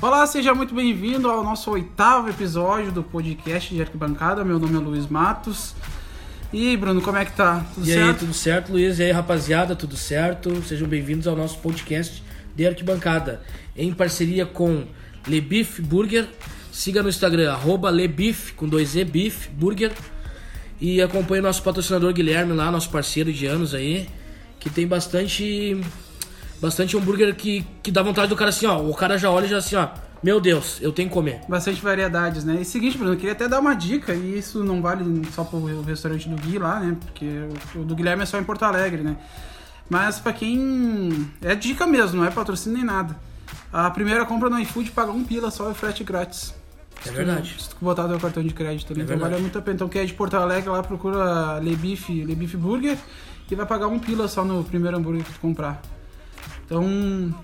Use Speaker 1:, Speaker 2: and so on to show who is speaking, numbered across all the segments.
Speaker 1: Olá, seja muito bem-vindo ao nosso oitavo episódio do podcast de Arquibancada. Meu nome é Luiz Matos. E Bruno, como é que tá? Tudo
Speaker 2: e aí,
Speaker 1: certo?
Speaker 2: tudo certo, Luiz? E aí, rapaziada, tudo certo? Sejam bem-vindos ao nosso podcast de Arquibancada, em parceria com Lebif Burger. Siga no Instagram, arroba Lebif, com dois E, Bif Burger. E acompanhe o nosso patrocinador Guilherme lá, nosso parceiro de anos aí, que tem bastante bastante hambúrguer que, que dá vontade do cara assim, ó. O cara já olha e já assim, ó. Meu Deus, eu tenho que comer.
Speaker 1: Bastante variedades, né? E seguinte, Bruno, eu queria até dar uma dica, e isso não vale só pro restaurante do Gui lá, né? Porque o do Guilherme é só em Porto Alegre, né? Mas pra quem. É dica mesmo, não é patrocínio nem nada. A primeira compra no iFood paga um pila só e frete grátis.
Speaker 2: É verdade.
Speaker 1: Se tu botar teu cartão de crédito ali,
Speaker 2: É
Speaker 1: então vale
Speaker 2: verdade.
Speaker 1: muito a pena. Então quem é de Porto Alegre lá procura Lebif, Lebif Burger e vai pagar um pila só no primeiro hambúrguer que tu comprar. Então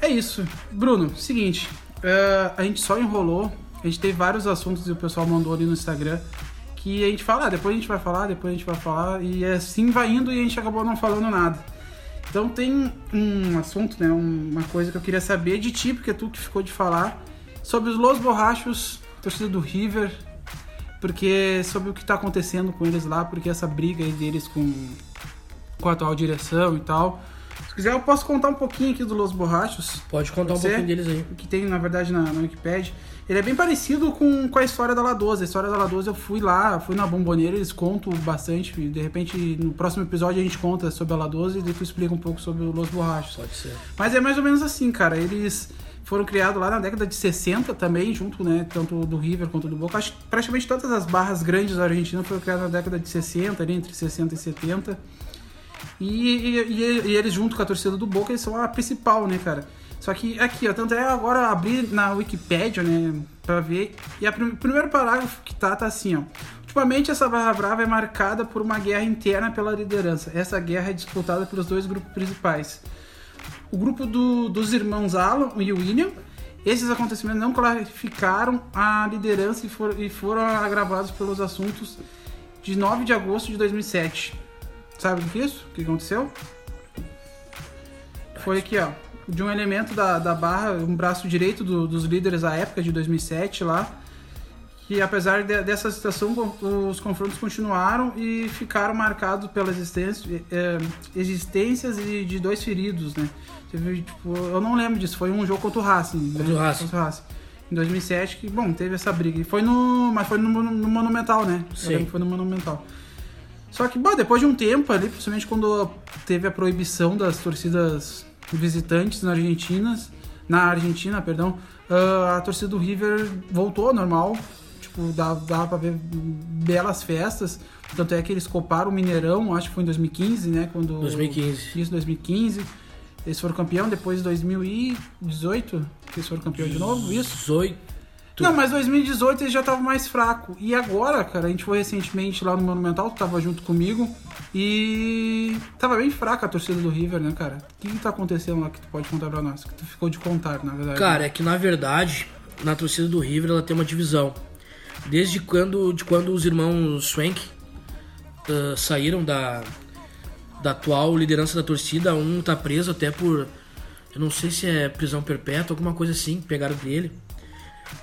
Speaker 1: é isso. Bruno, seguinte, é, a gente só enrolou, a gente teve vários assuntos e o pessoal mandou ali no Instagram que a gente fala, ah, depois a gente vai falar, depois a gente vai falar e assim vai indo e a gente acabou não falando nada. Então tem um assunto, né? um- Uma coisa que eu queria saber de ti, porque é tu que ficou de falar, sobre os Los Borrachos, torcida do River, porque sobre o que tá acontecendo com eles lá, porque essa briga aí deles com, com a atual direção e tal. Se quiser eu posso contar um pouquinho aqui do Los Borrachos,
Speaker 2: Pode contar
Speaker 1: Pode
Speaker 2: um
Speaker 1: ser?
Speaker 2: pouquinho deles aí.
Speaker 1: que tem na verdade na, na Wikipedia. Ele é bem parecido com, com a história da La 12. A história da La 12 eu fui lá, fui na Bomboneira, eles contam bastante. De repente, no próximo episódio a gente conta sobre a La 12 e daí tu explica um pouco sobre o Los Borrachos.
Speaker 2: Pode ser.
Speaker 1: Mas é mais ou menos assim, cara. Eles foram criados lá na década de 60 também, junto, né? Tanto do River quanto do Boca. Acho que praticamente todas as barras grandes da Argentina foram criadas na década de 60, ali entre 60 e 70. E, e- e- e eles, junto com a torcida do Boca, eles são a principal, né, cara? Só que aqui, ó, tanto é agora abrir na Wikipédia, né, pra ver. E a prim- o primeiro parágrafo que tá, tá assim, ó. Ultimamente, essa Barra Brava é marcada por uma guerra interna pela liderança. Essa guerra é disputada pelos dois grupos principais o grupo do- dos irmãos Alan e William. Esses acontecimentos não clarificaram a liderança e, for- e foram agravados pelos assuntos de 9 de agosto de 2007. Sabe o que é isso? O que aconteceu? Foi aqui, ó. De um elemento da, da barra, um braço direito do- dos líderes à época, de 2007 lá. Que apesar de- dessa situação, con- os confrontos continuaram e ficaram marcados pelas existência- eh, existências e de dois feridos, né? Teve, tipo, eu não lembro disso, foi um jogo contra o Racing.
Speaker 2: Contra o Racing.
Speaker 1: Em 2007, que, bom, teve essa briga. E foi no. Mas foi no, Monu- no Monumental, né? Eu
Speaker 2: Sim.
Speaker 1: lembro que Foi no Monumental. Só que, bom, depois de um tempo ali, principalmente quando teve a proibição das torcidas visitantes na Argentina, na Argentina, perdão, ah, a torcida do River voltou ao normal. Tipo, dava, dava pra ver belas festas. Tanto é que eles coparam o Mineirão, acho que foi em 2015, né? Quando
Speaker 2: 2015.
Speaker 1: Isso, 2015. Eles foram campeão, depois 2018, que eles foram campeão de novo, isso?
Speaker 2: 18. Tu-
Speaker 1: Não, mas 2018 ele já tava mais fraco. E agora, cara, a gente foi recentemente lá no Monumental, tu tava junto comigo. E tava bem fraca a torcida do River, né, cara? O que, que tá acontecendo lá que tu pode contar pra nós? Que tu ficou de contar, na verdade.
Speaker 2: Cara, é que na verdade, na torcida do River ela tem uma divisão. Desde quando, de quando os irmãos Swank ah, saíram da, da atual liderança da torcida, um tá preso até por. Eu não sei se é prisão perpétua, alguma coisa assim, que pegaram dele.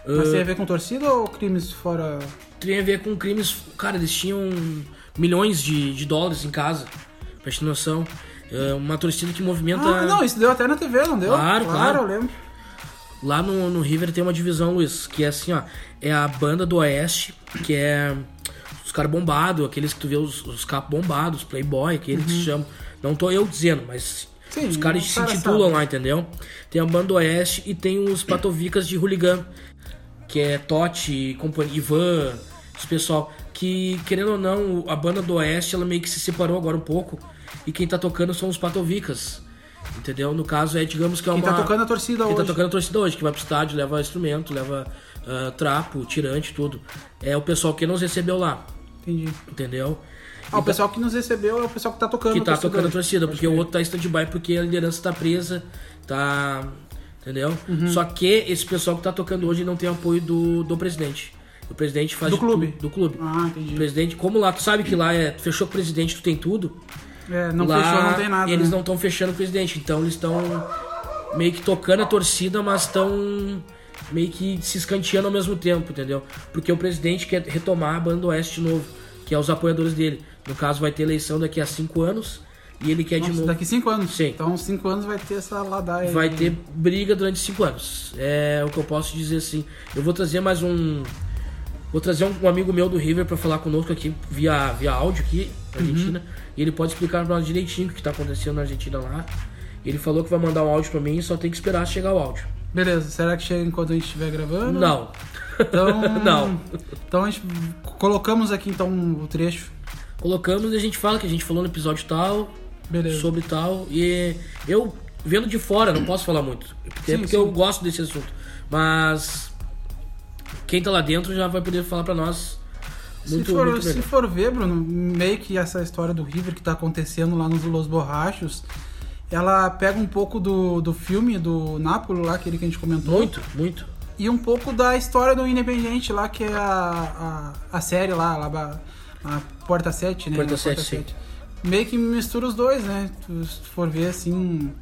Speaker 1: Mas tem a ver com torcida ou crimes fora.
Speaker 2: Tem a ver com crimes. Cara, eles tinham milhões de, de dólares em casa, pra gente ter noção. Ah, uma torcida que movimenta.
Speaker 1: Ah, não, isso deu até na TV, não deu?
Speaker 2: Claro, claro.
Speaker 1: eu lembro.
Speaker 2: Lá no, no River tem uma divisão, Luiz, que é assim, ó. É a banda do Oeste, que é os caras bombados, aqueles que tu vê os, os capos bombados, os playboy, aqueles que se chamam. Não tô eu dizendo, mas
Speaker 1: Uhum. Sim,
Speaker 2: os caras
Speaker 1: os
Speaker 2: se
Speaker 1: caras
Speaker 2: intitulam
Speaker 1: sabem.
Speaker 2: lá, entendeu? Tem a banda do Oeste e tem os patovicas de hooligan, que é Totti, companhia, Ivan, esse pessoal. Que, querendo ou não, a banda do Oeste, ela meio que se separou agora um pouco. E quem tá tocando são os patovicas. Entendeu? No caso é, digamos que é
Speaker 1: Quem
Speaker 2: uma...
Speaker 1: tá tocando a torcida
Speaker 2: Quem
Speaker 1: hoje.
Speaker 2: tá tocando a torcida hoje, que vai pro estádio, leva instrumento, leva ah, trapo, tirante, tudo. É o pessoal que nos recebeu lá,
Speaker 1: Entendi.
Speaker 2: entendeu?
Speaker 1: Ah, o pessoal que nos recebeu é o pessoal que tá tocando
Speaker 2: tá- Que tá
Speaker 1: torcida
Speaker 2: tocando a
Speaker 1: hoje.
Speaker 2: torcida, porque o outro tá em stand-by porque a liderança tá presa, tá. Entendeu?
Speaker 1: Uhum.
Speaker 2: Só que esse pessoal que tá tocando hoje não tem apoio do, do presidente. O presidente faz.
Speaker 1: Do
Speaker 2: de tu-
Speaker 1: clube?
Speaker 2: Do clube.
Speaker 1: Ah,
Speaker 2: O
Speaker 1: entendi.
Speaker 2: presidente, como lá, tu sabe que lá é. Tu fechou com o presidente, tu tem tudo.
Speaker 1: É, não
Speaker 2: lá,
Speaker 1: fechou, não tem nada.
Speaker 2: Eles
Speaker 1: né?
Speaker 2: não estão fechando o presidente, então eles estão meio que tocando a torcida, mas estão meio que se escanteando ao mesmo tempo, entendeu? Porque o presidente quer retomar a Banda Oeste de novo, que é os apoiadores dele. No caso, vai ter eleição daqui a cinco anos e ele quer de
Speaker 1: Nossa,
Speaker 2: novo.
Speaker 1: daqui cinco anos.
Speaker 2: Sim.
Speaker 1: Então, cinco anos vai ter essa ladaia.
Speaker 2: Vai
Speaker 1: aí.
Speaker 2: ter briga durante cinco anos. É o que eu posso dizer assim. Eu vou trazer mais um. Vou trazer um, um amigo meu do River para falar conosco aqui via, via áudio aqui, na Argentina. E ele pode explicar pra nós direitinho o que tá acontecendo na Argentina lá. Ele falou que vai mandar um áudio pra mim, só tem que esperar chegar o áudio.
Speaker 1: Beleza, será que chega enquanto a gente estiver gravando?
Speaker 2: Não.
Speaker 1: Então,
Speaker 2: Não.
Speaker 1: Então a gente colocamos aqui então o trecho.
Speaker 2: Colocamos e a gente fala que a gente falou no episódio tal,
Speaker 1: Beleza.
Speaker 2: sobre tal. E eu, vendo de fora, não posso falar muito. Até
Speaker 1: Sim,
Speaker 2: porque
Speaker 1: sim.
Speaker 2: eu gosto desse assunto. Mas quem tá lá dentro já vai poder falar pra nós muito,
Speaker 1: se, for, assim,
Speaker 2: muito
Speaker 1: se
Speaker 2: melhor.
Speaker 1: for ver, Bruno, meio que essa história do River que tá acontecendo lá nos Los Borrachos, ela pega um pouco do, do filme do Nápoles lá, aquele que a gente comentou,
Speaker 2: Muito, muito.
Speaker 1: e um pouco da história do Independiente lá, que é a, a, a série lá, lá ba- a Porta 7, né?
Speaker 2: Porta
Speaker 1: Na
Speaker 2: 7, sim.
Speaker 1: Meio que mistura os dois, né? Tu- Se tu for ver, assim,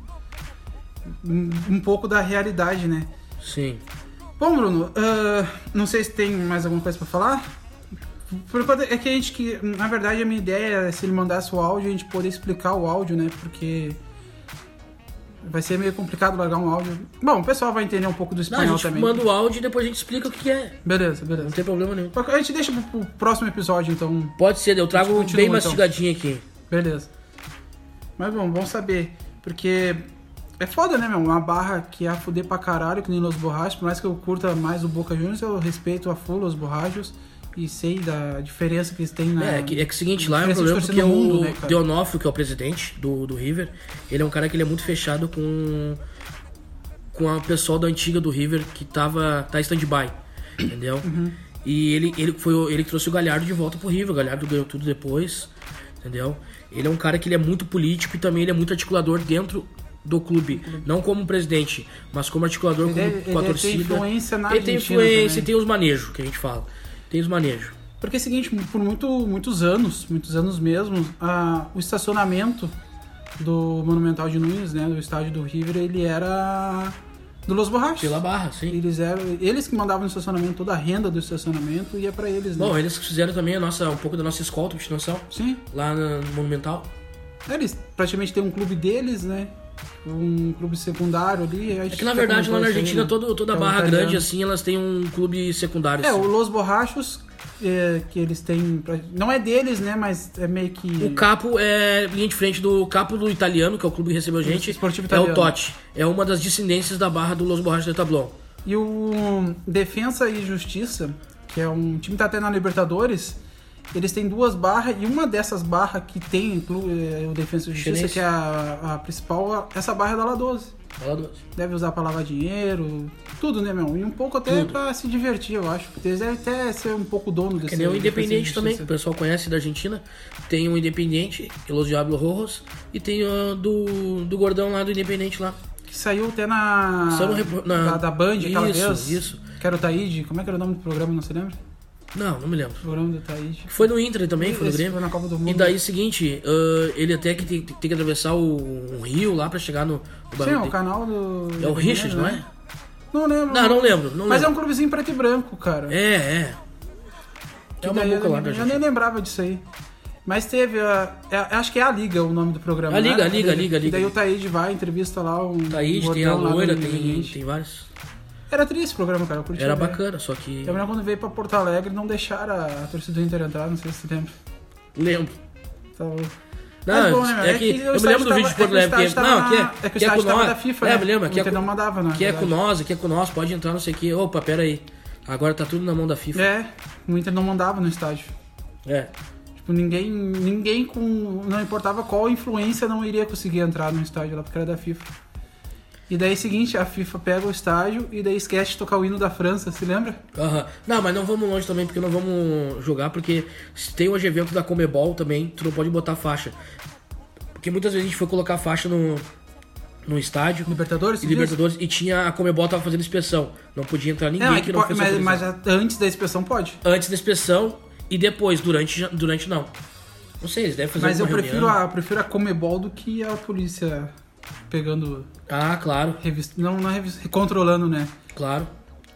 Speaker 1: um, um pouco da realidade, né?
Speaker 2: Sim.
Speaker 1: Bom, Bruno, ah, não sei se tem mais alguma coisa pra falar. Por enquanto, é que a gente que, na verdade, a minha ideia é se ele mandasse o áudio, a gente poder explicar o áudio, né? Porque vai ser meio complicado largar um áudio. Bom, o pessoal vai entender um pouco do
Speaker 2: Não, a
Speaker 1: espanhol
Speaker 2: gente
Speaker 1: também.
Speaker 2: manda o áudio e depois a gente explica o que que é.
Speaker 1: Beleza,
Speaker 2: Não
Speaker 1: beleza.
Speaker 2: tem problema nenhum.
Speaker 1: A gente deixa pro, pro próximo episódio, então.
Speaker 2: Pode ser, eu trago
Speaker 1: Continua,
Speaker 2: bem
Speaker 1: então.
Speaker 2: mastigadinho aqui.
Speaker 1: Beleza. Mas bom, bom saber. Porque é foda, né, meu? Uma barra que é a fuder pra caralho, que nem Los Borrachos. Por mais que eu curta mais o Boca Juniors, eu respeito a full Los Borrachos. E sei da diferença que eles têm na...
Speaker 2: É, que, é que o seguinte, lá é um
Speaker 1: diferença de torcida
Speaker 2: problema porque
Speaker 1: no mundo,
Speaker 2: o
Speaker 1: né, cara?
Speaker 2: Deonófilo, que é o presidente do, do River, ele é um cara que ele é muito fechado com com a pessoal da antiga do River que tava tá em stand-by, entendeu?
Speaker 1: Uhum.
Speaker 2: E ele ele foi o- ele que trouxe o Galhardo de volta pro River, o Galhardo ganhou tudo depois, entendeu? Ele é um cara que ele é muito político e também ele é muito articulador dentro do clube, não como presidente, mas como articulador
Speaker 1: Ele
Speaker 2: com,
Speaker 1: é-
Speaker 2: com a
Speaker 1: ele tem
Speaker 2: torcida.
Speaker 1: influência na
Speaker 2: ele tem
Speaker 1: Argentina
Speaker 2: influência,
Speaker 1: também.
Speaker 2: e tem os manejos que a gente fala. Tem os manejos.
Speaker 1: Porque é o seguinte, por muito, muitos anos, muitos anos mesmo, a- o estacionamento do Monumental de Nunes, né, do estádio do River, ele era do Los Borrachos.
Speaker 2: Pela barra, sim.
Speaker 1: Eles, eram, eles que mandavam no estacionamento, toda a renda do estacionamento ia pra eles, né?
Speaker 2: Bom, eles fizeram também a nossa, um pouco da nossa escolta, obstinação,
Speaker 1: Sim.
Speaker 2: lá na- no Monumental.
Speaker 1: É, Eles praticamente têm um clube deles, né? Um clube secundário ali.
Speaker 2: É que na verdade lá na Argentina todo, toda
Speaker 1: É um
Speaker 2: barra
Speaker 1: italiano.
Speaker 2: grande assim, elas têm um clube secundário.
Speaker 1: É,
Speaker 2: assim.
Speaker 1: o Los Borrachos, é, que eles têm. pra- Não é deles, né? Mas é meio que.
Speaker 2: O capo é linha de frente do capo do italiano, que é o clube que recebeu a gente.
Speaker 1: Esportivo
Speaker 2: é
Speaker 1: italiano.
Speaker 2: o Totti. É uma das descendências da barra do Los Borrachos de Tablon.
Speaker 1: E o Defensa e Justiça, que é um time que tá até na Libertadores, eles têm duas barras e uma dessas barras que tem inclu- é, o Defensa e Justiça,
Speaker 2: Chinês.
Speaker 1: que é a, a principal, essa barra é da La 12.
Speaker 2: Fala doce.
Speaker 1: Deve usar pra lavar dinheiro, tudo, né, meu? E um pouco até
Speaker 2: Tudo. É
Speaker 1: pra se divertir, eu acho. Porque eles devem até ser um pouco dono desse
Speaker 2: Que nem o Independente
Speaker 1: Defensa e
Speaker 2: também, que
Speaker 1: Justiça.
Speaker 2: o pessoal conhece da Argentina. Tem o Independente, Los Diablos Rojos, e tem o do, do gordão lá do Independente lá.
Speaker 1: Que saiu até na.
Speaker 2: Saiu no repor- na-
Speaker 1: Da, da Band, aquela
Speaker 2: Isso,
Speaker 1: vez.
Speaker 2: isso.
Speaker 1: Que era o Taíde. Como é que era o nome do programa, não se lembra?
Speaker 2: Não, não me lembro.
Speaker 1: O programa do Taíde.
Speaker 2: Foi no Inter também, foi no
Speaker 1: Esse
Speaker 2: Grêmio.
Speaker 1: Foi na Copa do Mundo.
Speaker 2: E daí, seguinte, ahn, ele até que tem, tem que atravessar o, um rio lá pra chegar no, no
Speaker 1: Sim,
Speaker 2: bairro
Speaker 1: é o
Speaker 2: dele.
Speaker 1: canal do.
Speaker 2: É
Speaker 1: do
Speaker 2: o Richard,
Speaker 1: Grêmio,
Speaker 2: não
Speaker 1: né?
Speaker 2: é?
Speaker 1: Não lembro.
Speaker 2: Não, não lembro, não
Speaker 1: Mas é
Speaker 2: lembro.
Speaker 1: um clubezinho preto e branco, cara.
Speaker 2: É, é.
Speaker 1: Que
Speaker 2: É uma
Speaker 1: daí
Speaker 2: boca
Speaker 1: eu,
Speaker 2: lá da
Speaker 1: Eu nem
Speaker 2: gente.
Speaker 1: lembrava disso aí. Mas teve a. é- acho que é a Liga o nome do programa.
Speaker 2: A
Speaker 1: né?
Speaker 2: Liga, a Liga, a Liga, a
Speaker 1: E daí
Speaker 2: Liga.
Speaker 1: o Taíde vai, entrevista lá o.
Speaker 2: Thaís,
Speaker 1: o
Speaker 2: Tá tem a
Speaker 1: gordão lá do
Speaker 2: loira, tem,
Speaker 1: Independente.
Speaker 2: tem vários.
Speaker 1: Era triste esse programa, cara. Eu curti
Speaker 2: Era
Speaker 1: ver.
Speaker 2: bacana, só que.
Speaker 1: Eu lembro quando veio pra Porto Alegre, não deixaram a, a torcida do Inter entrar, não sei se você lembra.
Speaker 2: Lembro.
Speaker 1: Então, Mas
Speaker 2: Não,
Speaker 1: bom, né, meu?
Speaker 2: é,
Speaker 1: É
Speaker 2: que.
Speaker 1: que o
Speaker 2: eu me
Speaker 1: estádio
Speaker 2: lembro do
Speaker 1: tava- é que
Speaker 2: vídeo de
Speaker 1: o
Speaker 2: Porto Alegre. porque-
Speaker 1: estádio tava
Speaker 2: Não,
Speaker 1: na-
Speaker 2: que
Speaker 1: é que o
Speaker 2: que
Speaker 1: estádio
Speaker 2: com
Speaker 1: tava
Speaker 2: nós-
Speaker 1: da FIFA,
Speaker 2: É,
Speaker 1: né?
Speaker 2: me lembra.
Speaker 1: O
Speaker 2: Que é,
Speaker 1: Inter não mandava,
Speaker 2: com-
Speaker 1: né,
Speaker 2: que é
Speaker 1: na
Speaker 2: com nós, que é com nós, pode entrar, não sei o quê. Opa, pera aí. Agora tá tudo na mão da FIFA.
Speaker 1: é, o Inter não mandava no estádio.
Speaker 2: É.
Speaker 1: Tipo, ninguém, ninguém com. Não importava qual influência não iria conseguir entrar no estádio lá, porque era da FIFA. E daí é o seguinte, a FIFA pega o estádio e daí esquece de tocar o hino da França, se lembra?
Speaker 2: Aham. Não, mas não vamos longe também, porque não vamos jogar, porque se tem hoje evento da Comebol também, tu não pode botar faixa. Porque muitas vezes a gente foi colocar faixa no, no estádio,
Speaker 1: Libertadores?
Speaker 2: e
Speaker 1: tu diz?
Speaker 2: Libertadores, e tinha a Comebol tava fazendo inspeção. Não podia entrar ninguém
Speaker 1: Não, é
Speaker 2: que,
Speaker 1: que
Speaker 2: não
Speaker 1: po-
Speaker 2: fosse
Speaker 1: mas, mas é
Speaker 2: autorizado.
Speaker 1: a- antes da inspeção pode.
Speaker 2: Antes da inspeção e depois, durante, já- durante não. Não sei, eles devem fazer
Speaker 1: Mas eu
Speaker 2: alguma
Speaker 1: prefiro
Speaker 2: é reunião.
Speaker 1: a, prefiro a Comebol do que a polícia pegando
Speaker 2: Ah, claro,
Speaker 1: revista. Não, não é revista. Controlando, né?
Speaker 2: claro.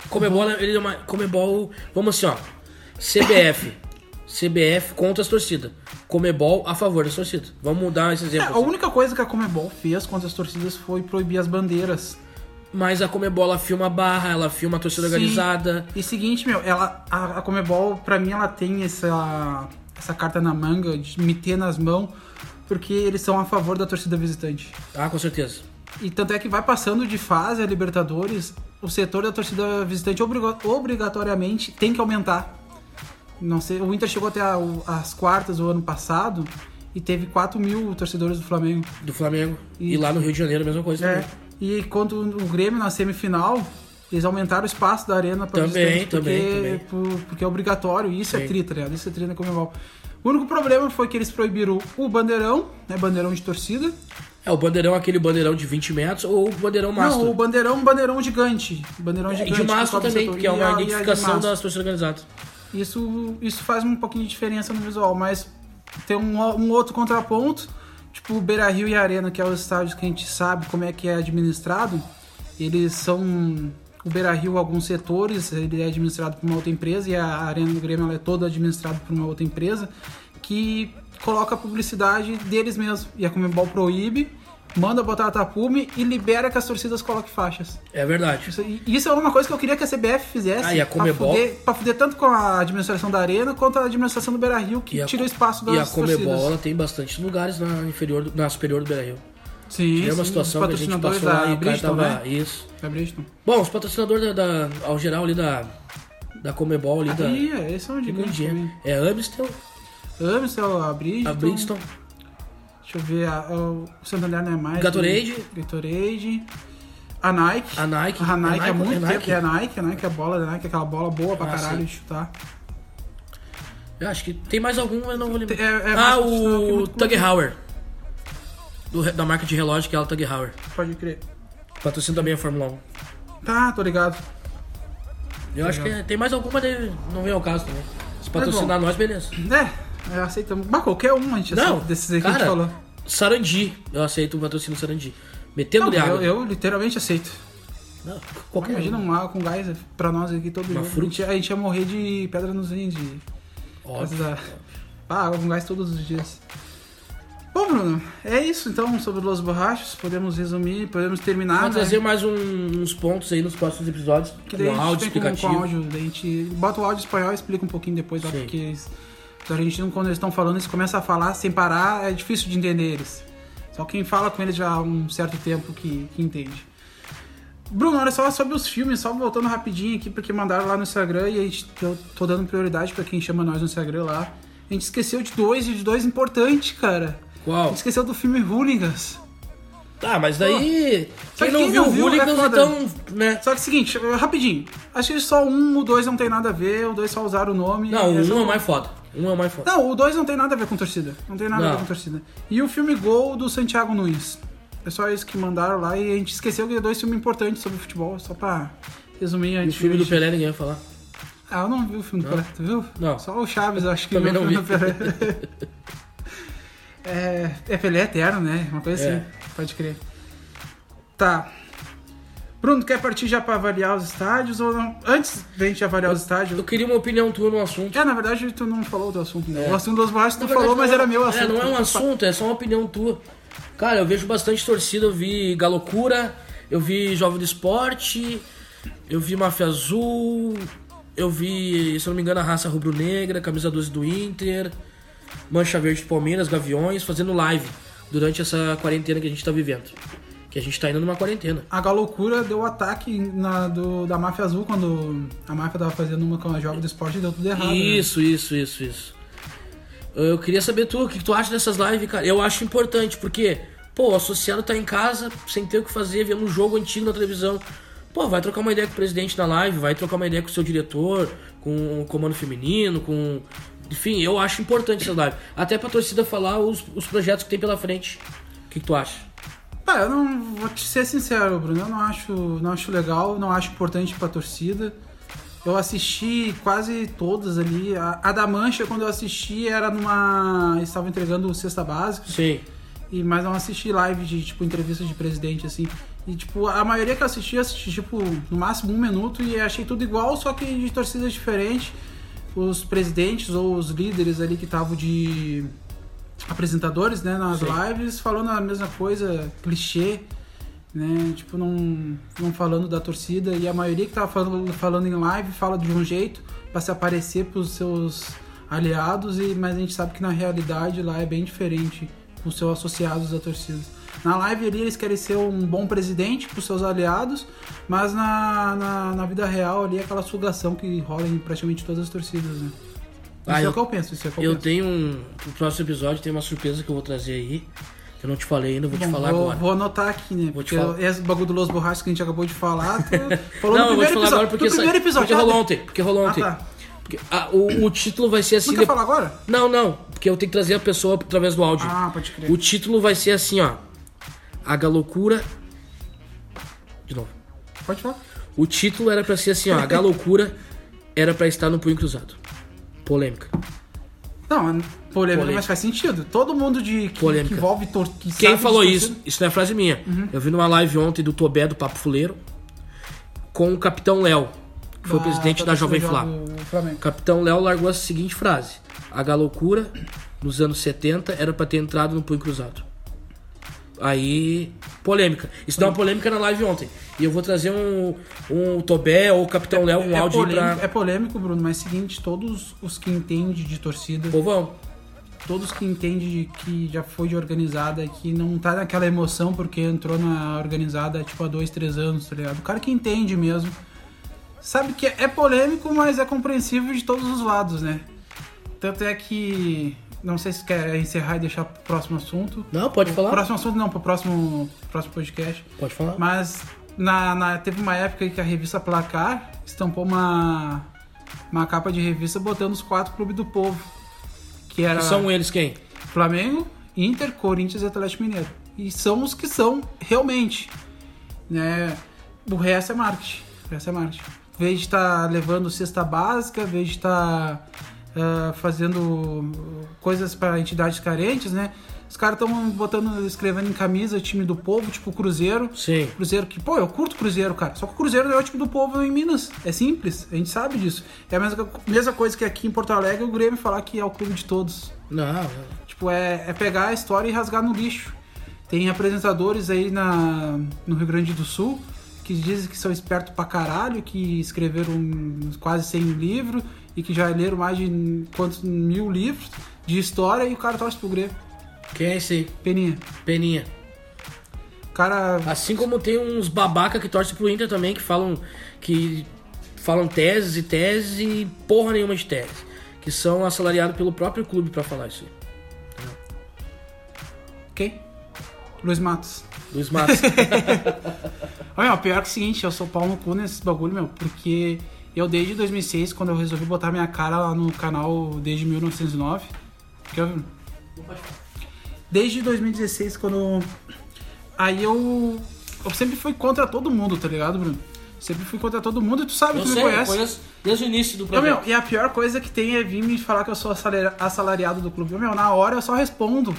Speaker 2: Comebol, ele é uma. Comebol. Vamos assim, ó. CBF. CBF contra as torcidas. Comebol a favor das torcidas. Vamos mudar esse
Speaker 1: É,
Speaker 2: exemplo.
Speaker 1: a
Speaker 2: assim.
Speaker 1: única coisa que a Comebol fez contra as torcidas foi proibir as bandeiras.
Speaker 2: Mas a Comebol ela filma a barra, ela filma a torcida
Speaker 1: Sim.
Speaker 2: organizada.
Speaker 1: E seguinte, meu, ela, a, a Comebol, pra mim, ela tem essa, essa carta na manga de me ter nas mãos, porque eles são a favor da torcida visitante.
Speaker 2: Ah, com certeza.
Speaker 1: E tanto é que vai passando de fase a Libertadores, o setor da torcida visitante obrigo- obrigatoriamente tem que aumentar. Não sei, o Inter chegou até a- o- as quartas do ano passado e teve 4 mil torcedores do Flamengo.
Speaker 2: Do Flamengo. E,
Speaker 1: E-
Speaker 2: lá no Rio de Janeiro a mesma coisa
Speaker 1: É.
Speaker 2: também.
Speaker 1: E quando o Grêmio na semifinal, eles aumentaram o espaço da arena para
Speaker 2: Também, também, também.
Speaker 1: porque, por- porque é obrigatório. E isso
Speaker 2: Sim.
Speaker 1: é tri, tá ligado? Isso é tri na Comebol. O único problema foi que eles proibiram o bandeirão, né? Bandeirão de torcida.
Speaker 2: É, o bandeirão, aquele bandeirão de 20 metros ou o bandeirão mastro.
Speaker 1: Não, o bandeirão, bandeirão gigante. Bandeirão
Speaker 2: É, E
Speaker 1: gigante.
Speaker 2: de mastro
Speaker 1: cobre o
Speaker 2: também,
Speaker 1: setor.
Speaker 2: que é
Speaker 1: E a- e a
Speaker 2: uma
Speaker 1: de
Speaker 2: identificação
Speaker 1: mastro.
Speaker 2: das torcidas organizadas.
Speaker 1: Isso, isso faz um pouquinho de diferença no visual, mas tem um, o- um outro contraponto, tipo o Beira Rio e a Arena, que é os estádios que a gente sabe como é que é administrado, eles são. O Beira Rio, alguns setores, ele é administrado por uma outra empresa e a Arena do Grêmio ela é toda administrada por uma outra empresa que coloca a publicidade deles mesmos. E a Comembol proíbe, manda botar tapume e libera que as torcidas coloquem faixas.
Speaker 2: É verdade.
Speaker 1: Isso, e isso é uma coisa que eu queria que a CBF fizesse.
Speaker 2: Ah, e a Comebol?
Speaker 1: Pra fuder, pra fuder tanto com a administração da Arena quanto a administração do Beira Rio, que
Speaker 2: a-
Speaker 1: tira o espaço das
Speaker 2: E a Comebol
Speaker 1: torcidas.
Speaker 2: ela tem bastantes lugares na, inferior, do- na superior do Beira-Rio.
Speaker 1: Sim,
Speaker 2: É
Speaker 1: sim,
Speaker 2: uma situação
Speaker 1: os
Speaker 2: que a gente
Speaker 1: patrocinadores
Speaker 2: passou lá e
Speaker 1: da
Speaker 2: o cara
Speaker 1: Bridgestone,
Speaker 2: tava...
Speaker 1: né?
Speaker 2: Isso.
Speaker 1: Da Bridgestone.
Speaker 2: Bom, os patrocinadores da, da- ao geral ali da, da Comebol ali da...
Speaker 1: Aí, é, esse é um de
Speaker 2: Fica um
Speaker 1: grande
Speaker 2: dia.
Speaker 1: também.
Speaker 2: É Amstel,
Speaker 1: Amstel, a Bridgestone.
Speaker 2: a Brixton,
Speaker 1: Deixa eu ver, a- o Santander não é mais.
Speaker 2: Gatorade.
Speaker 1: né? Gatorade. A Nike.
Speaker 2: a Nike.
Speaker 1: A Nike há muito
Speaker 2: é
Speaker 1: tempo que é a Nike, a Nike, a bola da Nike, aquela bola boa pra
Speaker 2: Ah,
Speaker 1: caralho
Speaker 2: sim.
Speaker 1: de chutar.
Speaker 2: Eu acho que tem mais algum, mas não vou lembrar.
Speaker 1: Tem- é- é mais
Speaker 2: ah,
Speaker 1: patrocinador que
Speaker 2: o
Speaker 1: muito
Speaker 2: Tug Heuer. Do re- da marca de relógio que é o Tug Heuer.
Speaker 1: Pode crer.
Speaker 2: Patrocina também a Fórmula 1.
Speaker 1: Tá, tô ligado.
Speaker 2: Eu acho que é- tem mais alguma, daí não vem ao caso também. Se patrocinar nós, beleza.
Speaker 1: É, é, aceitamos. Mas qualquer um, a gente
Speaker 2: Não,
Speaker 1: aceita desses aí que
Speaker 2: cara,
Speaker 1: a gente falou.
Speaker 2: Sarandi. Eu aceito o patrocínio Sarandi. Metendo
Speaker 1: Não,
Speaker 2: de água.
Speaker 1: Tá eu, eu literalmente aceito.
Speaker 2: Não, qualquer
Speaker 1: Imagina um mar com gás pra nós aqui todo
Speaker 2: Uma
Speaker 1: dia. A
Speaker 2: fruta.
Speaker 1: gente, a gente ia morrer de pedra nos rins, de
Speaker 2: Óbvio.
Speaker 1: da- Ah, água com gás todos os dias. Bom, Bruno, é isso então sobre Los Borrachos. Podemos resumir, podemos terminar.
Speaker 2: Vamos
Speaker 1: né?
Speaker 2: trazer mais um- uns pontos aí nos próximos episódios.
Speaker 1: Que daí
Speaker 2: com
Speaker 1: a
Speaker 2: Um áudio
Speaker 1: gente tem com, com
Speaker 2: explicativo.
Speaker 1: áudio. Daí a gente bota o áudio espanhol e explica um pouquinho depois, lá,
Speaker 2: Sim.
Speaker 1: porque eles, os argentinos, quando eles estão falando, eles começam a falar sem parar, é difícil de entender eles. Só quem fala com eles já há um certo tempo que, que entende. Bruno, olha só sobre os filmes, só voltando rapidinho aqui, porque mandaram lá no Instagram e a gente, eu tô dando prioridade pra quem chama nós no Instagram lá. A gente esqueceu de dois e de dois importantes, cara. A
Speaker 2: Qual?
Speaker 1: gente esqueceu do filme Hooligans.
Speaker 2: Ah, mas daí.
Speaker 1: Só
Speaker 2: Quem
Speaker 1: que
Speaker 2: não
Speaker 1: quem
Speaker 2: viu
Speaker 1: não
Speaker 2: o
Speaker 1: viu,
Speaker 2: Hooligans,
Speaker 1: é foda.
Speaker 2: então, né?
Speaker 1: Só que é o seguinte, rapidinho. Acho que só um, o dois não tem nada a ver, o dois só usaram o nome.
Speaker 2: Não,
Speaker 1: Essa-
Speaker 2: um é o mais foda. Um é o mais foda.
Speaker 1: Não, o 2 não tem nada a ver com torcida. Não tem nada a
Speaker 2: Não.
Speaker 1: ver com torcida. E o filme Gol do Santiago Nunes. É só isso que mandaram lá e a gente esqueceu que é dois filmes importantes sobre futebol, só pra resumir
Speaker 2: E o
Speaker 1: antes.
Speaker 2: filme
Speaker 1: de-
Speaker 2: do Pelé ninguém vai falar.
Speaker 1: Ah, eu não vi o filme do Pelé, tu viu?
Speaker 2: Não.
Speaker 1: Só o Chaves, eu acho que
Speaker 2: Também
Speaker 1: viu o
Speaker 2: não
Speaker 1: filme do Pelé. é, é Pelé eterno, né? Uma coisa
Speaker 2: É.
Speaker 1: assim, pode crer. Tá. Bruno, quer partir já pra avaliar os estádios ou não? Antes da gente avaliar os estádios,
Speaker 2: Eu queria uma opinião tua no assunto.
Speaker 1: É, na verdade, tu não falou do assunto, né?
Speaker 2: É.
Speaker 1: O assunto dos borrachas tu
Speaker 2: Na
Speaker 1: falou,
Speaker 2: verdade,
Speaker 1: mas
Speaker 2: não-
Speaker 1: era meu
Speaker 2: é,
Speaker 1: assunto.
Speaker 2: não é um assunto, é só uma opinião tua. Cara, eu vejo bastante torcida, eu vi Galocura, eu vi Jovem do Esporte, eu vi Máfia Azul, eu vi, se eu não me engano, a Raça Rubro Negra, Camisa 12 do Inter, Mancha Verde do Palmeiras, Gaviões, fazendo live durante essa quarentena que a gente tá vivendo. Que a gente tá indo numa quarentena.
Speaker 1: A Galocura deu o ataque na- do- da Máfia Azul quando a Máfia tava fazendo uma com a Jovem do Esporte e deu tudo errado. né?
Speaker 2: Isso, isso, isso, isso. Eu queria saber tu, o que tu acha dessas lives, cara? Eu acho importante, porque, pô, o associado tá em casa, sem ter o que fazer, vendo um jogo antigo na televisão. Pô, vai trocar uma ideia com o presidente na live, vai trocar uma ideia com o seu diretor, com o comando feminino, com. Enfim, eu acho importante essas lives. Até pra torcida falar os, os projetos que tem pela frente. O que, que tu acha?
Speaker 1: Pá, Tá, eu não vou te ser sincero, Bruno. Eu não acho, não acho legal, não acho importante pra torcida. Eu assisti quase todas ali. A, a da Mancha, quando eu assisti, era numa. Eles estavam entregando o cesta básica.
Speaker 2: Sim.
Speaker 1: e mais não assisti live de, tipo, entrevista de presidente, assim. E, tipo, a maioria que eu assisti, eu assisti, tipo, no máximo um minuto e achei tudo igual, só que de torcidas diferentes. Os presidentes ou os líderes ali que estavam de apresentadores, né, nas
Speaker 2: Sim.
Speaker 1: lives, falando a mesma coisa, clichê, né, tipo, não, não falando da torcida. E a maioria que tava falando, falando em live fala de um jeito para se aparecer pros seus aliados, e, mas a gente sabe que na realidade lá é bem diferente com os seus associados da torcida. Na live ali eles querem ser um bom presidente pros seus aliados, mas na, na, na vida real ali é aquela sugação que rola em praticamente todas as torcidas, né. Isso
Speaker 2: Ah,
Speaker 1: é
Speaker 2: eu-
Speaker 1: o que eu penso, isso é o que eu,
Speaker 2: Eu
Speaker 1: penso.
Speaker 2: tenho um. No próximo episódio tem uma surpresa que eu vou trazer aí. Que eu não te falei ainda, eu vou te
Speaker 1: Bom,
Speaker 2: falar
Speaker 1: vou,
Speaker 2: agora.
Speaker 1: vou anotar aqui, né?
Speaker 2: Vou te
Speaker 1: porque
Speaker 2: falar.
Speaker 1: esse bagulho do Los Borrachos que a gente acabou de falar, tu falou
Speaker 2: não,
Speaker 1: no
Speaker 2: eu vou te
Speaker 1: primeiro
Speaker 2: falar
Speaker 1: episódio.
Speaker 2: agora porque,
Speaker 1: no
Speaker 2: sa-
Speaker 1: primeiro episódio.
Speaker 2: porque rolou um
Speaker 1: ah,
Speaker 2: ontem. Porque rolou
Speaker 1: Ah,
Speaker 2: ontem.
Speaker 1: tá.
Speaker 2: Porque, ah, o, o título vai ser assim.
Speaker 1: Tu quer
Speaker 2: de-
Speaker 1: falar agora?
Speaker 2: Não, não. Porque eu tenho que trazer a pessoa através do áudio.
Speaker 1: Ah, pode crer.
Speaker 2: O título vai ser assim, ó. A Galocura. De novo.
Speaker 1: Pode falar.
Speaker 2: O título era pra ser assim, ó. A Galocura era pra estar no punho cruzado. Polêmica.
Speaker 1: Não, é polêmica,
Speaker 2: Polêmica.
Speaker 1: mas faz sentido. Todo mundo de que,
Speaker 2: Polêmica.
Speaker 1: que envolve tor que Uhum. sabe
Speaker 2: Quem
Speaker 1: de
Speaker 2: falou
Speaker 1: torcida-
Speaker 2: isso? Isso não é frase minha. Eu vi numa live ontem do Tobé do Papo Fuleiro com o Capitão Léo, que
Speaker 1: Ah,
Speaker 2: foi o
Speaker 1: tá,
Speaker 2: presidente da Jovem Flá.
Speaker 1: do Flamengo.
Speaker 2: O Capitão Léo largou a seguinte frase: A galocura nos anos 70 era pra ter entrado no punho cruzado. Aí, polêmica. Isso dá uma polêmica na live ontem. E eu vou trazer um, um Tobé ou o Capitão Léo, um
Speaker 1: é,
Speaker 2: áudio aí
Speaker 1: polêmico,
Speaker 2: pra.
Speaker 1: é polêmico, Bruno, mas é o seguinte, todos os que entendem de torcida,
Speaker 2: Povão,
Speaker 1: todos que entendem de que já foi de organizada, que não tá naquela emoção porque entrou na organizada tipo há dois, três anos, tá ligado? O cara que entende mesmo. Sabe que é polêmico, mas é compreensível de todos os lados, né? Tanto é que. Não sei se quer encerrar e deixar pro próximo assunto.
Speaker 2: Não, pode falar.
Speaker 1: Próximo assunto não, pro próximo, próximo podcast.
Speaker 2: pode falar.
Speaker 1: Mas na, na- teve uma época que a revista Placar estampou uma, uma capa de revista botando os quatro clubes do povo. Que era
Speaker 2: Que São eles quem?
Speaker 1: Flamengo, Inter, Corinthians e Atlético Mineiro. E são os que são realmente. Né? O resto é marketing. O resto é marketing. Em vez de estar levando cesta básica, em vez de estar ah, fazendo coisas para entidades carentes, né? Os caras estão botando, escrevendo em camisa time do povo, tipo Cruzeiro.
Speaker 2: Sim.
Speaker 1: Cruzeiro que, pô, eu curto Cruzeiro, cara. Só que o Cruzeiro é o time do povo em Minas. É simples, a gente sabe disso. É a mesma, mesma coisa que aqui em Porto Alegre o Grêmio falar que é o clube de todos.
Speaker 2: Não, não.
Speaker 1: Tipo, é, é pegar a história e rasgar no lixo. Tem apresentadores aí na, no Rio Grande do Sul que dizem que são espertos pra caralho, que escreveram quase 100 livros e que já leram mais de quantos mil livros de história e o cara torce pro Grêmio.
Speaker 2: quem é esse aí?
Speaker 1: Peninha.
Speaker 2: Peninha.
Speaker 1: O cara.
Speaker 2: Assim como tem uns babaca que torcem pro Inter também, que falam que falam teses e teses e porra nenhuma de teses. Que são assalariados pelo próprio clube pra falar isso. aí.
Speaker 1: Quem? Luiz Matos.
Speaker 2: Luiz Matos.
Speaker 1: Olha, o pior que é o seguinte, eu sou pau no cu nesses bagulho, meu, porque eu desde 2006, quando eu resolvi botar minha cara lá no canal desde 1909, que eu...
Speaker 2: é.
Speaker 1: Desde 2016, quando... eu- Aí eu... Eu sempre fui contra todo mundo, tá ligado, Bruno? Sempre fui contra todo mundo e tu sabe,
Speaker 2: eu
Speaker 1: tu
Speaker 2: sei,
Speaker 1: me
Speaker 2: eu
Speaker 1: conhece.
Speaker 2: conheço desde o início do
Speaker 1: Ô,
Speaker 2: programa.
Speaker 1: meu, e a pior coisa que tem é vir me falar que eu sou assalera- assalariado do clube. Ô, Meu, na hora eu só respondo.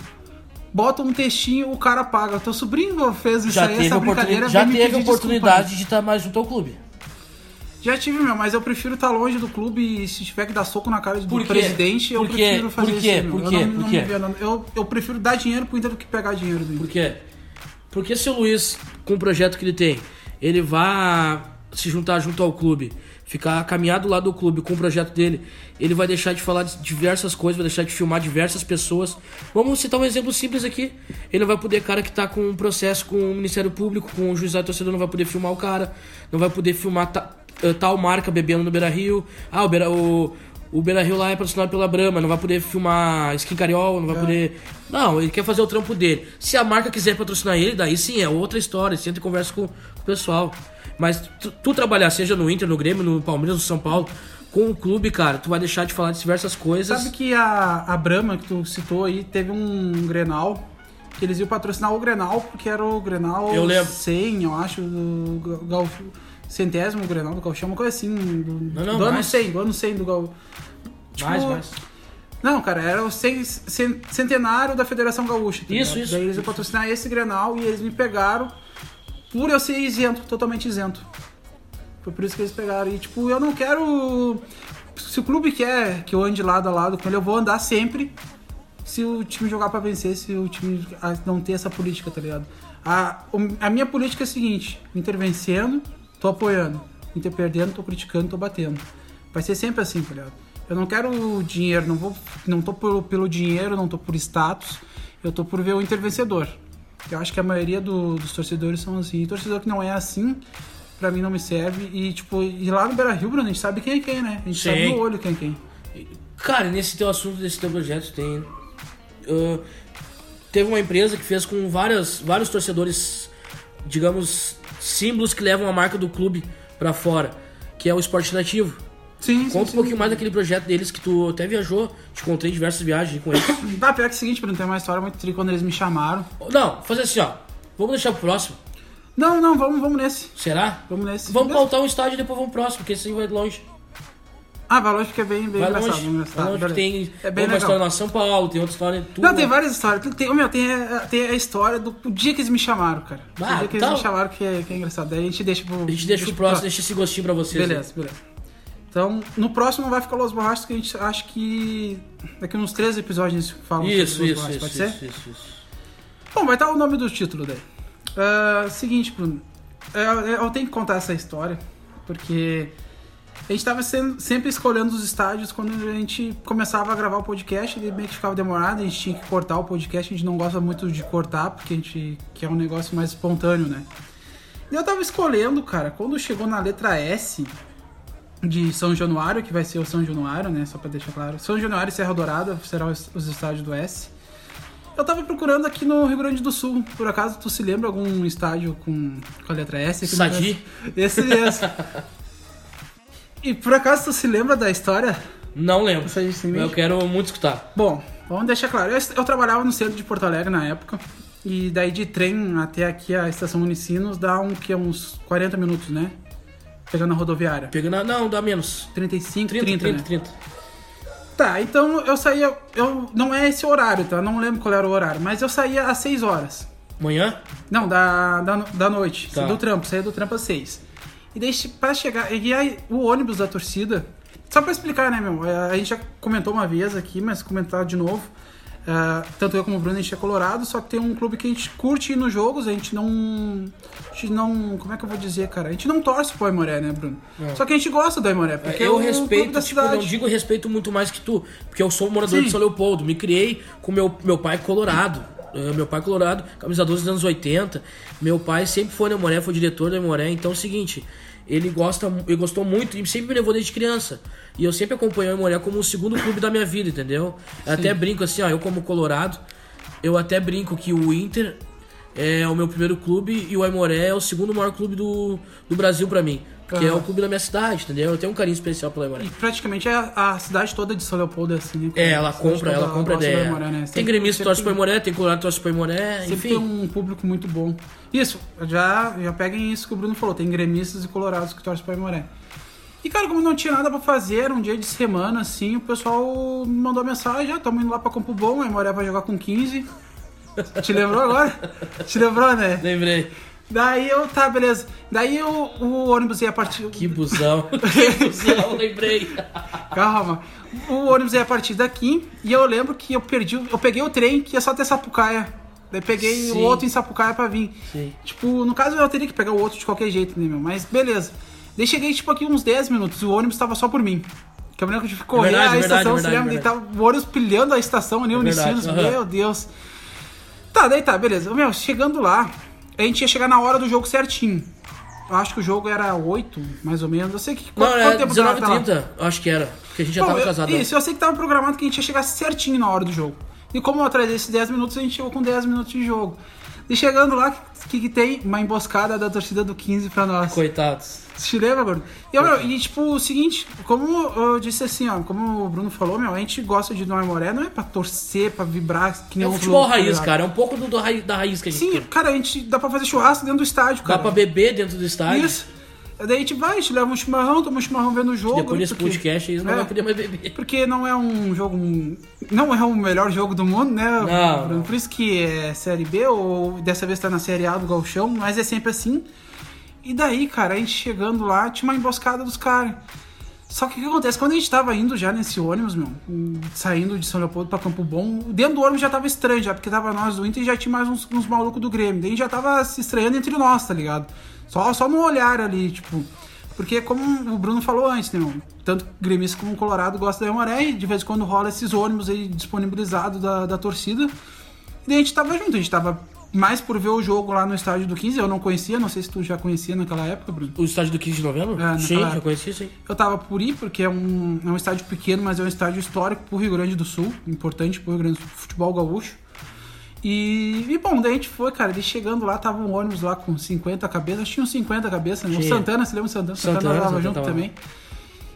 Speaker 1: Bota um textinho, o cara paga. Teu sobrinho fez isso
Speaker 2: já
Speaker 1: aí,
Speaker 2: teve,
Speaker 1: essa
Speaker 2: oportuni
Speaker 1: brincadeira.
Speaker 2: já
Speaker 1: vem me
Speaker 2: teve
Speaker 1: pedir
Speaker 2: oportunidade
Speaker 1: desculpa. né?
Speaker 2: de estar mais no teu clube.
Speaker 1: Já tive, meu, mas eu prefiro estar longe do clube e se tiver que dar soco na cara do
Speaker 2: Por quê?
Speaker 1: presidente, eu
Speaker 2: Por quê?
Speaker 1: prefiro fazer
Speaker 2: Por quê?
Speaker 1: isso. meu.
Speaker 2: Por
Speaker 1: Eu
Speaker 2: quê?
Speaker 1: não-
Speaker 2: Por
Speaker 1: não me
Speaker 2: quê?
Speaker 1: vendo, não. Eu, eu prefiro dar dinheiro pro Inter do que pegar dinheiro do Inter.
Speaker 2: Por quê? Porque se o Luiz, com o projeto que ele tem, ele vá se juntar junto ao clube, ficar caminhado lá do clube com o projeto dele, ele vai deixar de falar de diversas coisas, vai deixar de filmar diversas pessoas. Vamos citar um exemplo simples aqui. Ele não vai poder, cara que tá com um processo com o Ministério Público, com o juizado torcedor, não vai poder filmar o cara, não vai poder filmar ta- eh, tal marca bebendo no Beira Rio. Ah, o Beira, o, o Beira Rio lá é patrocinado pela Brahma, não vai poder filmar Skin Cariol,
Speaker 1: É.
Speaker 2: não vai poder. Não, ele quer fazer o trampo dele. Se a marca quiser patrocinar ele, daí sim é outra história. Senta e conversa com o pessoal. Mas tu, tu trabalhar, seja no Inter, no Grêmio, no Palmeiras, no São Paulo, com o clube, cara, tu vai deixar de falar de diversas coisas.
Speaker 1: Sabe que a, a Brahma, que tu citou aí, teve um Grenal, que eles iam patrocinar o Grenal, porque era o Grenal
Speaker 2: Eu lembro.
Speaker 1: 100, eu acho, do Ga- Gal- centésimo Grenal do Galchão, uma coisa assim, do,
Speaker 2: Não, não,
Speaker 1: do ano
Speaker 2: mais.
Speaker 1: 100, do ano 100 do Gal... Tipo,
Speaker 2: Mais, mais.
Speaker 1: Não, cara, era o cen- cen- centenário da Federação Gaúcha. tá
Speaker 2: Isso,
Speaker 1: ligado?
Speaker 2: isso.
Speaker 1: Daí eles iam patrocinar esse Grenal e eles me pegaram por eu ser isento, totalmente isento. Foi por isso que eles pegaram. E, tipo, eu não quero... Se o clube quer que eu ande lado a lado com ele, eu vou andar sempre se o time jogar pra vencer, se o time ah, não ter essa política, tá ligado? A, o- a minha política é a seguinte: o Inter vencendo, tô apoiando. O Inter perdendo, tô criticando, tô batendo. Vai ser sempre assim, tá ligado? Eu não quero dinheiro, não vou, não tô pelo, pelo dinheiro, não tô por status, eu tô por ver o Inter vencedor. Eu acho que a maioria do- dos torcedores são assim. E torcedor que não é assim, pra mim não me serve. E, tipo, e lá no Beira Rio, Bruno, a gente sabe quem é quem, né? A gente
Speaker 2: Sim.
Speaker 1: sabe no olho quem é quem.
Speaker 2: Cara, nesse teu assunto, desse teu projeto, tem. ah, teve uma empresa que fez com várias, vários torcedores, digamos, símbolos que levam a marca do clube pra fora, que é o esporte nativo.
Speaker 1: Sim, sim,
Speaker 2: Conta um
Speaker 1: sim.
Speaker 2: pouquinho mais daquele projeto deles que tu até viajou, te contei em diversas viagens com eles.
Speaker 1: Ah, pior que é o seguinte, Bruno, tem uma história muito triste quando eles me chamaram.
Speaker 2: Não, fazer assim, ó. Vamos deixar pro próximo.
Speaker 1: Não, não, vamos, vamos nesse.
Speaker 2: Será?
Speaker 1: Vamos nesse.
Speaker 2: Vamos pautar um estádio e depois vamos pro próximo, porque esse aí vai longe.
Speaker 1: Ah, vai longe porque é bem, bem
Speaker 2: Vai
Speaker 1: engraçado.
Speaker 2: longe.
Speaker 1: bem engraçado,
Speaker 2: Vai longe que
Speaker 1: beleza.
Speaker 2: tem
Speaker 1: é bem
Speaker 2: uma
Speaker 1: legal.
Speaker 2: história na São Paulo, tem outra história em
Speaker 1: Não, tem
Speaker 2: Tua.
Speaker 1: várias histórias. Tem- Tem, ô, meu, tem, a- tem a história do o dia que eles me chamaram, cara.
Speaker 2: Ah,
Speaker 1: o dia que
Speaker 2: então-
Speaker 1: eles me chamaram que é, que é engraçado. Daí a gente deixa pro.
Speaker 2: A gente deixa o próximo, deixa esse gostinho pra vocês. né?
Speaker 1: Tá. Beleza, beleza. Então, no próximo vai ficar Los Borrachos, que a gente acha que. Daqui uns três episódios a gente fala sobre
Speaker 2: Isso,
Speaker 1: Los
Speaker 2: isso,
Speaker 1: Borrachos,
Speaker 2: isso,
Speaker 1: pode
Speaker 2: isso,
Speaker 1: ser?
Speaker 2: isso, isso.
Speaker 1: Bom, vai estar o nome do título daí. Ah, seguinte, Bruno. Eu, eu tenho que contar essa história, porque a gente estava sempre escolhendo os estádios quando a gente começava a gravar o podcast, ele meio que ficava demorado, a gente tinha que cortar o podcast, a gente não gosta muito de cortar, porque a gente quer um negócio mais espontâneo, né? E eu tava escolhendo, cara, quando chegou na letra S de São Januário, que vai ser o São Januário, né? Só pra deixar claro. São Januário e Serra Dourada serão os os estádios do S. Eu tava procurando aqui no Rio Grande do Sul. Por acaso, tu se lembra algum estádio com, com a letra S? aqui no
Speaker 2: Sadi?
Speaker 1: Brasil? Esse mesmo. e por acaso, tu se lembra da história?
Speaker 2: Não lembro.
Speaker 1: Isso aí, sim,
Speaker 2: Eu
Speaker 1: mesmo.
Speaker 2: quero muito escutar.
Speaker 1: Bom, vamos deixar claro. Eu, eu trabalhava no centro de Porto Alegre na época. E daí de trem até aqui a estação Unicinos dá um, que, uns 40 minutos, né? Pegando a rodoviária.
Speaker 2: Pegando. a- Não, dá menos.
Speaker 1: 35,
Speaker 2: 30,
Speaker 1: 30,
Speaker 2: 30,
Speaker 1: né?
Speaker 2: 30.
Speaker 1: Tá, então eu saía. Eu, não é esse horário, tá? Eu não lembro qual era o horário, mas eu saía às 6 horas.
Speaker 2: Manhã?
Speaker 1: Não, da, da, da noite. é
Speaker 2: Tá.
Speaker 1: Do trampo, saía do trampo às 6. E deixa pra chegar. E aí, o ônibus da torcida. Só pra explicar, né, meu? é, A gente já comentou uma vez aqui, mas comentar de novo. é, tanto eu como o Bruno, a gente é colorado, só que tem um clube que a gente curte ir nos jogos, a gente não. A gente não. Como é que eu vou dizer, cara? A gente não torce pro Aimoré, né, Bruno? Só que a gente gosta do Aimoré, porque é
Speaker 2: É. eu
Speaker 1: um clube
Speaker 2: respeito,
Speaker 1: da
Speaker 2: tipo, não
Speaker 1: cidade.
Speaker 2: digo respeito muito mais que tu, porque eu sou um morador
Speaker 1: Sim.
Speaker 2: de São Leopoldo, me criei com meu, meu pai colorado. Eh, Meu pai colorado, camisa 12 dos anos 80. Meu pai sempre foi no Moré, foi diretor do Moré. Então é o seguinte, ele gosta, mu- ele gostou muito e sempre me levou desde criança. E eu sempre acompanhei o Moré como o segundo clube da minha vida, entendeu? Eu Até brinco assim, ó, eu como colorado, eu até brinco que o Inter é o meu primeiro clube e o Aimoré é o segundo maior clube do, do Brasil pra mim. Porque é
Speaker 1: Aham.
Speaker 2: o clube da minha cidade, entendeu? Eu tenho um carinho especial pelo Aimoré.
Speaker 1: E praticamente é a, a cidade toda de São Leopoldo é assim, né?
Speaker 2: É, ela
Speaker 1: A cidade
Speaker 2: compra,
Speaker 1: toda
Speaker 2: ela compra
Speaker 1: gosta do
Speaker 2: ideia.
Speaker 1: Aimoré, né?
Speaker 2: Tem
Speaker 1: Sempre-
Speaker 2: gremista que
Speaker 1: sempre
Speaker 2: torce pro
Speaker 1: tem-
Speaker 2: Aimoré, tem colorado que torce pro Aimoré,
Speaker 1: Sempre
Speaker 2: enfim.
Speaker 1: tem um público muito bom. Isso, já, já peguem isso que o Bruno falou. Tem gremistas e colorados que torcem para Aimoré. E, cara, como não tinha nada pra fazer, era um dia de semana, assim, o pessoal me mandou mensagem, ah, tamo indo lá pra Campo Bom, a Aimoré vai jogar com 15. Te lembrou agora? Te lembrou, né?
Speaker 2: Lembrei.
Speaker 1: Daí eu, tá, beleza. Daí o, o ônibus ia partir...
Speaker 2: Que busão. que busão, lembrei.
Speaker 1: Calma. O ônibus ia partir daqui e eu lembro que eu perdi, o- eu peguei o trem que ia só até Sapucaia. Daí peguei
Speaker 2: Sim.
Speaker 1: o outro em Sapucaia pra vir.
Speaker 2: Sim.
Speaker 1: Tipo, no caso eu teria que pegar o outro de qualquer jeito, né, meu? Mas beleza. Daí cheguei, tipo, aqui uns 10 minutos, o ônibus tava só por mim. Que eu me lembro que eu tive que correr
Speaker 2: verdade,
Speaker 1: a
Speaker 2: é verdade,
Speaker 1: estação,
Speaker 2: é
Speaker 1: se
Speaker 2: verdade,
Speaker 1: lembra? Daí
Speaker 2: é
Speaker 1: tava o ônibus pilhando a estação ali, Unicinos,
Speaker 2: verdade, aham.
Speaker 1: meu Deus. Tá, daí tá, beleza. Meu, chegando lá, a gente ia chegar na hora do jogo certinho. Eu acho que o jogo era 8, mais ou menos. Eu sei que
Speaker 2: Não, é era
Speaker 1: durava até lá?
Speaker 2: 19h30, acho que era. Porque a gente já
Speaker 1: Bom,
Speaker 2: tava
Speaker 1: eu-
Speaker 2: casado.
Speaker 1: Isso, eu sei que tava programado que a gente ia chegar certinho na hora do jogo. E como eu atrasei esses 10 minutos, a gente chegou com 10 minutos de jogo. E chegando lá, o que, que tem? Uma emboscada da torcida do 15 pra nós.
Speaker 2: Coitados.
Speaker 1: Se lembra, gordo? E, ó, meu, e, tipo, o seguinte, como eu disse assim, ó, como o Bruno falou, meu, a gente gosta de Noé Moré, não é pra torcer, pra vibrar, que nem
Speaker 2: É
Speaker 1: um
Speaker 2: um futebol
Speaker 1: jogo, tá
Speaker 2: raiz,
Speaker 1: ligado?
Speaker 2: cara. É um pouco do, do raiz- da raiz que a gente
Speaker 1: Sim,
Speaker 2: tem.
Speaker 1: cara, a gente dá pra fazer churrasco dentro do estádio,
Speaker 2: Dá
Speaker 1: cara.
Speaker 2: pra beber dentro do estádio.
Speaker 1: Isso. Daí a gente vai, a gente leva um chimarrão, toma um chimarrão vendo o jogo.
Speaker 2: Depois desse
Speaker 1: porque-
Speaker 2: podcast, eles não
Speaker 1: É.
Speaker 2: vão querer mais beber.
Speaker 1: Porque não é um jogo. Não é o melhor jogo do mundo, né?
Speaker 2: Não,
Speaker 1: Bruno?
Speaker 2: não.
Speaker 1: Por isso que é Série B, ou dessa vez tá na Série A do Galchão, mas é sempre assim. E daí, cara, a gente chegando lá, tinha uma emboscada dos caras. Só que o que acontece? Quando a gente tava indo já nesse ônibus, meu, saindo de São Leopoldo pra Campo Bom, dentro do ônibus já tava estranho, já, porque tava nós do Inter e já tinha mais uns, uns malucos do Grêmio. Daí a gente já tava se estranhando entre nós, tá ligado? Só, só no olhar ali, tipo. Porque, como o Bruno falou antes, né, meu, tanto gremista como colorado gosta da Emoré, e de vez em quando rola esses ônibus aí disponibilizados da, da torcida. E daí a gente tava junto, a gente tava mais por ver o jogo lá no estádio do 15, eu não conhecia, não sei se tu já conhecia naquela época, Bruno.
Speaker 2: O estádio do 15 de novembro?
Speaker 1: É,
Speaker 2: sim,
Speaker 1: naquela-
Speaker 2: já conheci, sim.
Speaker 1: Eu tava por ir, porque é um, é um estádio pequeno, mas é um estádio histórico pro Rio Grande do Sul, importante pro Rio Grande do Sul, futebol gaúcho. E, e, bom, daí a gente foi, cara, e chegando lá, tava um ônibus lá com 50 cabeças, tinha uns 50 cabeças, né? O
Speaker 2: Tinha.
Speaker 1: Santana, se lembra do Santana?
Speaker 2: Santana,
Speaker 1: Santana tava
Speaker 2: Santana
Speaker 1: junto
Speaker 2: tava lá.
Speaker 1: também.